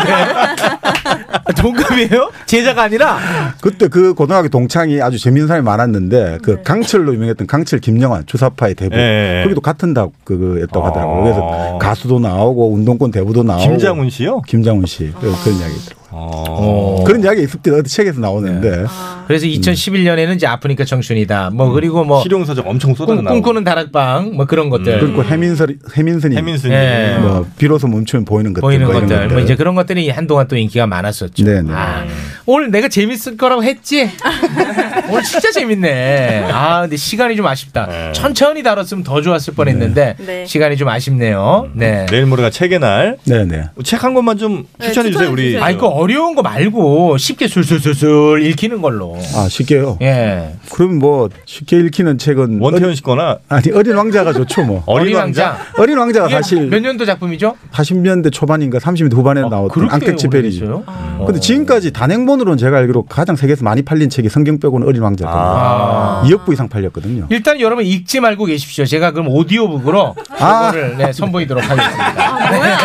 Speaker 4: 아, 동갑이에요? 제자가 아니라?
Speaker 10: 그때 그 고등학교 동창이 아주 재미있는 사람이 많았는데 그
Speaker 4: 네.
Speaker 10: 강철로 유명했던 강철 김영환 주사파의 대부
Speaker 3: 예, 예.
Speaker 10: 거기도 같은 다 그였다고 하더라고요. 그래서 가수도 나오고 운동권 대부도 나오고
Speaker 3: 김장훈 씨요?
Speaker 10: 김장훈 씨 그, 런 이야기
Speaker 4: 어.
Speaker 10: 어.
Speaker 3: 있더라고요.
Speaker 10: 그런 이야기 있을 때 어디 책에서 나오는데
Speaker 4: 그래서 2011년에는 이제 아프니까 정순이다.
Speaker 10: 음.
Speaker 4: 뭐 그리고 뭐
Speaker 3: 어. 실용서적 엄청
Speaker 4: 꿈, 꿈꾸는 다락방 뭐 그런 것들.
Speaker 10: 그리고 해민설 해민스님,
Speaker 4: 해민스님. 예.
Speaker 3: 뭐,
Speaker 10: 뭐 비로소 멈추면 보이는 것들
Speaker 4: 보이는
Speaker 10: 뭐 이런
Speaker 4: 것들. 뭐
Speaker 10: 것들.
Speaker 4: 이제 그런 것들이 한동안 또 인기가 많았었죠.
Speaker 10: 네네.
Speaker 4: 아, 오늘 내가 재밌을 거라고 했지. 오늘 진짜 재밌네. 아 근데 시간이 좀 아쉽다.
Speaker 10: 네.
Speaker 4: 천천히 다뤘으면 더 좋았을 뻔했는데
Speaker 9: 네.
Speaker 4: 시간이 좀 아쉽네요.
Speaker 10: 음.
Speaker 4: 네.
Speaker 3: 내일 모레가 책의 날.
Speaker 10: 네네.
Speaker 3: 책 한 권만 좀
Speaker 9: 네,
Speaker 3: 추천해 주세요. 우리
Speaker 10: 네.
Speaker 4: 아니 그 어려운 거 말고 쉽게 술술술술 읽히는 걸로.
Speaker 10: 아 쉽게요.
Speaker 4: 예.
Speaker 10: 그럼 뭐 쉽게 읽히는 책은
Speaker 3: 원태현 씨거나
Speaker 10: 아니 어린 왕자가 좋죠 뭐. 어린 왕자가 사실
Speaker 4: 예. 몇 년도 작품이죠? 어,
Speaker 10: 80년대 초반인가 30년대 후반에 나왔던
Speaker 4: 아, 그렇게
Speaker 10: 앙택치페리지.
Speaker 4: 오래됐어요? 음.
Speaker 10: 근데 지금까지 단행본으로는 제가 알기로 가장 세계에서 많이 팔린 책이 성경 빼고는 어린 왕자거든요.
Speaker 3: 아,
Speaker 10: 2억 부 이상 팔렸거든요.
Speaker 4: 일단 여러분 읽지 말고 계십시오. 제가 그럼 오디오북으로
Speaker 10: 아.
Speaker 4: 그거를 네, 선보이도록 하겠습니다.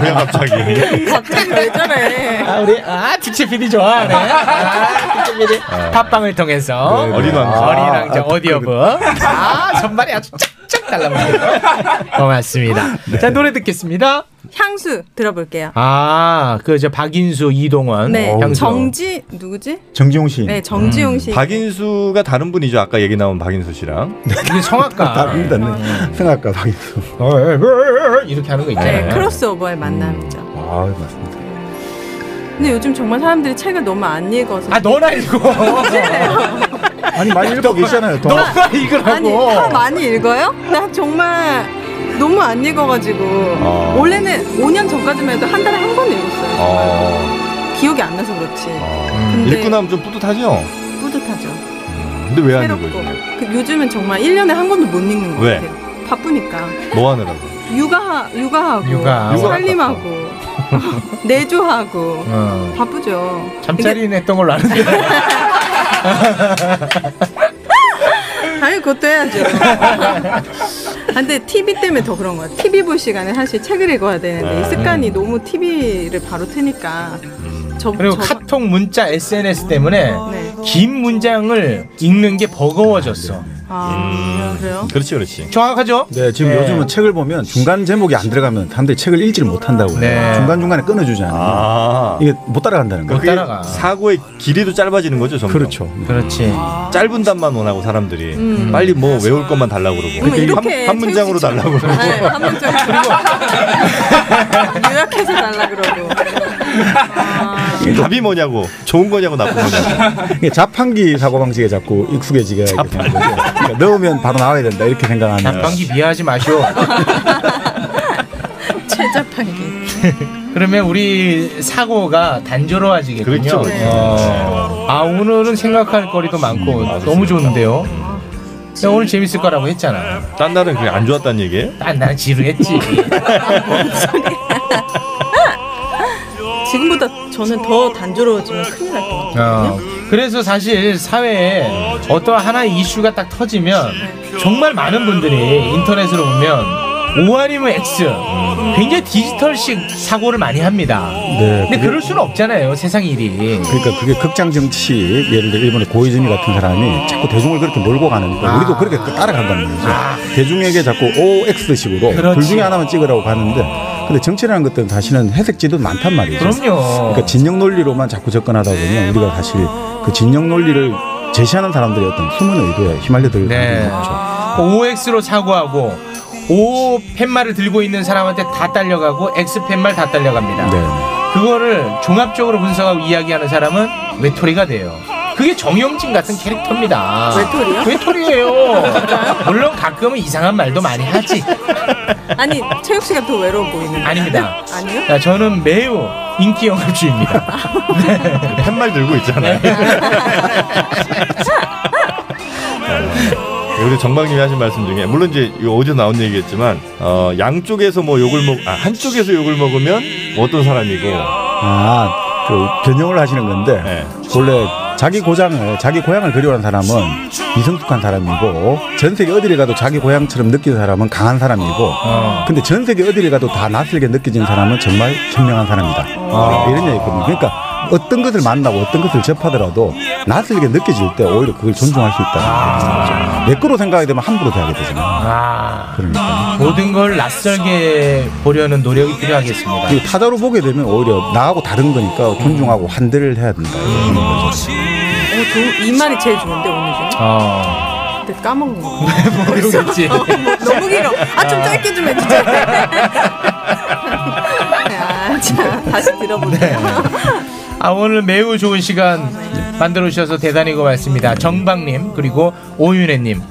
Speaker 3: 뭐야 갑자기?
Speaker 9: 네,
Speaker 4: 갑자기 왜 저래? 아 우리 아 틱체 PD 좋아하네. 아, 틱체 PD 팟빵을 통해서
Speaker 3: 네, 네. 어린 왕자.
Speaker 4: 어린 왕자
Speaker 3: 아,
Speaker 4: 오디오북. 아 선발이 아주 쫙쫙 달라붙네요. 고맙습니다.
Speaker 3: 네.
Speaker 4: 자 노래 듣겠습니다.
Speaker 9: 향수 들어볼게요.
Speaker 4: 아그 저 박인수 이동원
Speaker 9: 네,
Speaker 4: 향수. 음,
Speaker 9: 정지 누구지?
Speaker 10: 정지용 씨.
Speaker 9: 네, 정지용 씨.
Speaker 3: 박인수가 다른 분이죠. 아까 얘기 나온 박인수 씨랑.
Speaker 4: 이게
Speaker 3: 아,
Speaker 4: 성악가. 아,
Speaker 10: 다릅니다. 네. 성악가 박인수.
Speaker 4: 이렇게 하는 거
Speaker 9: 네, 크로스오버의 만남이죠.
Speaker 10: 아 맞습니다.
Speaker 9: 근데 요즘 정말 사람들이 책을 너무 안 읽어서. 아
Speaker 4: 너나 읽어.
Speaker 9: 그렇죠.
Speaker 10: 아니 많이 읽고 계시잖아요. 또.
Speaker 4: 너가 읽으라고.
Speaker 9: 아니 다 많이 읽어요? 나 정말 너무 안 읽어가지고
Speaker 3: 아.
Speaker 9: 원래는 5년 전까지만 해도 한 달에 한 번 읽었어요.
Speaker 3: 어.
Speaker 9: 기억이 안 나서 그렇지. 음. 근데
Speaker 3: 읽고 나면 좀 뿌듯하죠. 음.
Speaker 9: 뿌듯하죠.
Speaker 3: 근데 왜 안 읽어?
Speaker 9: 새롭고. 그 요즘은 정말 1년에 한 권도 못 읽는 것
Speaker 3: 왜?
Speaker 9: 같아요. 바쁘니까
Speaker 3: 뭐 하느라고?
Speaker 9: 육아 육아하고
Speaker 4: 육아.
Speaker 9: 살림하고 내조하고
Speaker 4: 어.
Speaker 9: 바쁘죠.
Speaker 4: 잠자리는 했던 걸로 아는데.
Speaker 9: 아니 그것도 해야죠. 아, 근데 TV 때문에 더 그런 것 같아요. TV 볼 시간에 사실 책을 읽어야
Speaker 3: 네.
Speaker 9: 되는데 이 습관이 너무 TV를 바로 트니까 저,
Speaker 4: 그리고
Speaker 9: 저 어, 네.
Speaker 4: 카톡 문자 SNS 때문에 긴 문장을 읽는 게 버거워졌어.
Speaker 9: 아, 그래요?
Speaker 3: 음. 그렇지 그렇지.
Speaker 4: 정확하죠?
Speaker 10: 네, 지금
Speaker 4: 네.
Speaker 10: 요즘은 책을 보면 중간 제목이 안 들어가면 사람들이 책을 읽지를 못한다고 해요.
Speaker 3: 네.
Speaker 10: 중간 중간에 끊어주지 않으면 이게 못 따라간다는 거예요.
Speaker 3: 아. 그게 사고의 길이도 짧아지는 거죠. 점점.
Speaker 10: 그렇죠.
Speaker 4: 그렇지.
Speaker 9: 아.
Speaker 3: 짧은 답만 원하고 사람들이
Speaker 9: 음.
Speaker 3: 빨리 뭐 외울 것만 달라고 그러고
Speaker 9: 그러면 이렇게 네,
Speaker 3: 한, 한 문장으로 달라고 그러고.
Speaker 9: 요약해서 달라 그러고
Speaker 3: 답이 뭐냐고 좋은 거냐고 나쁜 거냐고
Speaker 10: 그렇죠. 이게 자판기 사고방식에 자꾸 익숙해지게 되는 거죠. 그러니까 넣으면 바로 나와야 된다 이렇게 생각하는
Speaker 4: 자판기 미워하지 마시오.
Speaker 9: 최자판기.
Speaker 4: 그러면 우리 사고가 단조로워지겠군요.
Speaker 3: 그렇죠, 그렇죠.
Speaker 4: 어. 아 오늘은 생각할 거리도 많고
Speaker 3: 아,
Speaker 4: 너무 좋은데요.
Speaker 9: 아,
Speaker 4: 야, 오늘 재밌을 거라고 했잖아.
Speaker 3: 딴 날은 그냥 안 좋았다는 얘기예요?
Speaker 4: 난 나는 지루했지.
Speaker 9: 지금보다 저는 더 단조로워지면 큰일 날 것
Speaker 4: 어. 그래서 사실 사회에 어떠한 하나의 이슈가 딱 터지면 정말 많은 분들이 인터넷으로 보면 O 아니면 X 굉장히 디지털식 사고를 많이 합니다.
Speaker 10: 네,
Speaker 4: 근데
Speaker 10: 그게-
Speaker 4: 그럴 수는 없잖아요. 세상 일이.
Speaker 10: 그러니까 그게 극장 정치 예를 들어 일본의 고이즈미 같은 사람이 자꾸 대중을 그렇게 몰고
Speaker 4: 아.
Speaker 10: 가니까 우리도 그렇게 따라간다는 거죠. 대중에게 자꾸 OX식으로
Speaker 4: 그렇죠.
Speaker 10: 둘 중에 하나만 찍으라고 가는데 근데 정치라는 것들은 사실은 회색지도 많단 말이죠.
Speaker 4: 그럼요.
Speaker 10: 그러니까 진영 논리로만 자꾸 접근하다 보면 우리가 사실 그 진영 논리를 제시하는 사람들의 어떤 숨은 의도에 휘말려들
Speaker 4: 네.
Speaker 10: 가능성이 있죠.
Speaker 4: OX로 사고하고 O 팻말을 들고 있는 사람한테 다 딸려가고 X 팻말 다
Speaker 10: 네.
Speaker 4: 딸려갑니다. 그거를 종합적으로 분석하고 이야기하는 사람은 외톨이가 돼요. 그게 정영진 같은 캐릭터입니다.
Speaker 9: 외톨이요?
Speaker 4: 외톨이에요. 물론 가끔은 이상한 말도 많이 하지.
Speaker 9: 같아요. 아니 체육 씨가 더 외로워 보이는.
Speaker 4: 아닙니다.
Speaker 9: 아니요?
Speaker 4: 야, 저는 매우 인기 영화주입니다.
Speaker 3: 팻말 들고
Speaker 4: 네.
Speaker 3: 있잖아요. 네, 우리 정박님이 하신 말씀 중에 물론 이제 이거 어제 나온 얘기겠지만 어, 양쪽에서 뭐 욕을 먹 아, 한쪽에서 욕을 먹으면 어떤 사람이고
Speaker 10: 아, 그 변형을 하시는 건데 원래 자기 고장을 자기 고향을 그리워하는 사람은 미성숙한 사람이고 전 세계 어디를 가도 자기 고향처럼 느끼는 사람은 강한 사람이고 근데 전 세계 어디를 가도 다 낯설게 느껴지는 사람은 정말 현명한 사람이다 이런 얘기거든요. 그러니까 어떤 것을 만나고 어떤 것을 접하더라도 낯설게 느껴질 때 오히려 그걸 존중할 수 있다. 내 거로 생각이 되면 함부로 대하게 되잖아요.
Speaker 4: 아,
Speaker 10: 그러니까.
Speaker 4: 모든 걸 낯설게 보려는 노력이 필요하겠습니다.
Speaker 10: 이 타자로 보게 되면 오히려 나하고 다른 거니까 존중하고 환대를 해야 된다. 이런 거죠.
Speaker 4: 어,
Speaker 9: 오, 좋은- 이 말이 제일 좋은데 오늘 중에.
Speaker 4: 아.
Speaker 9: 근데 까먹은 거.
Speaker 3: 네,
Speaker 7: 네.
Speaker 4: 모르겠지.
Speaker 9: 어, 뭐, 너무 길어. 아 좀 짧게 좀 해주세요.
Speaker 4: 네,
Speaker 9: 아, 자 다시 들어보세요.
Speaker 4: 아 오늘 매우 좋은 시간 만들어 주셔서 대단히 고맙습니다. 정박님 그리고 오윤혜님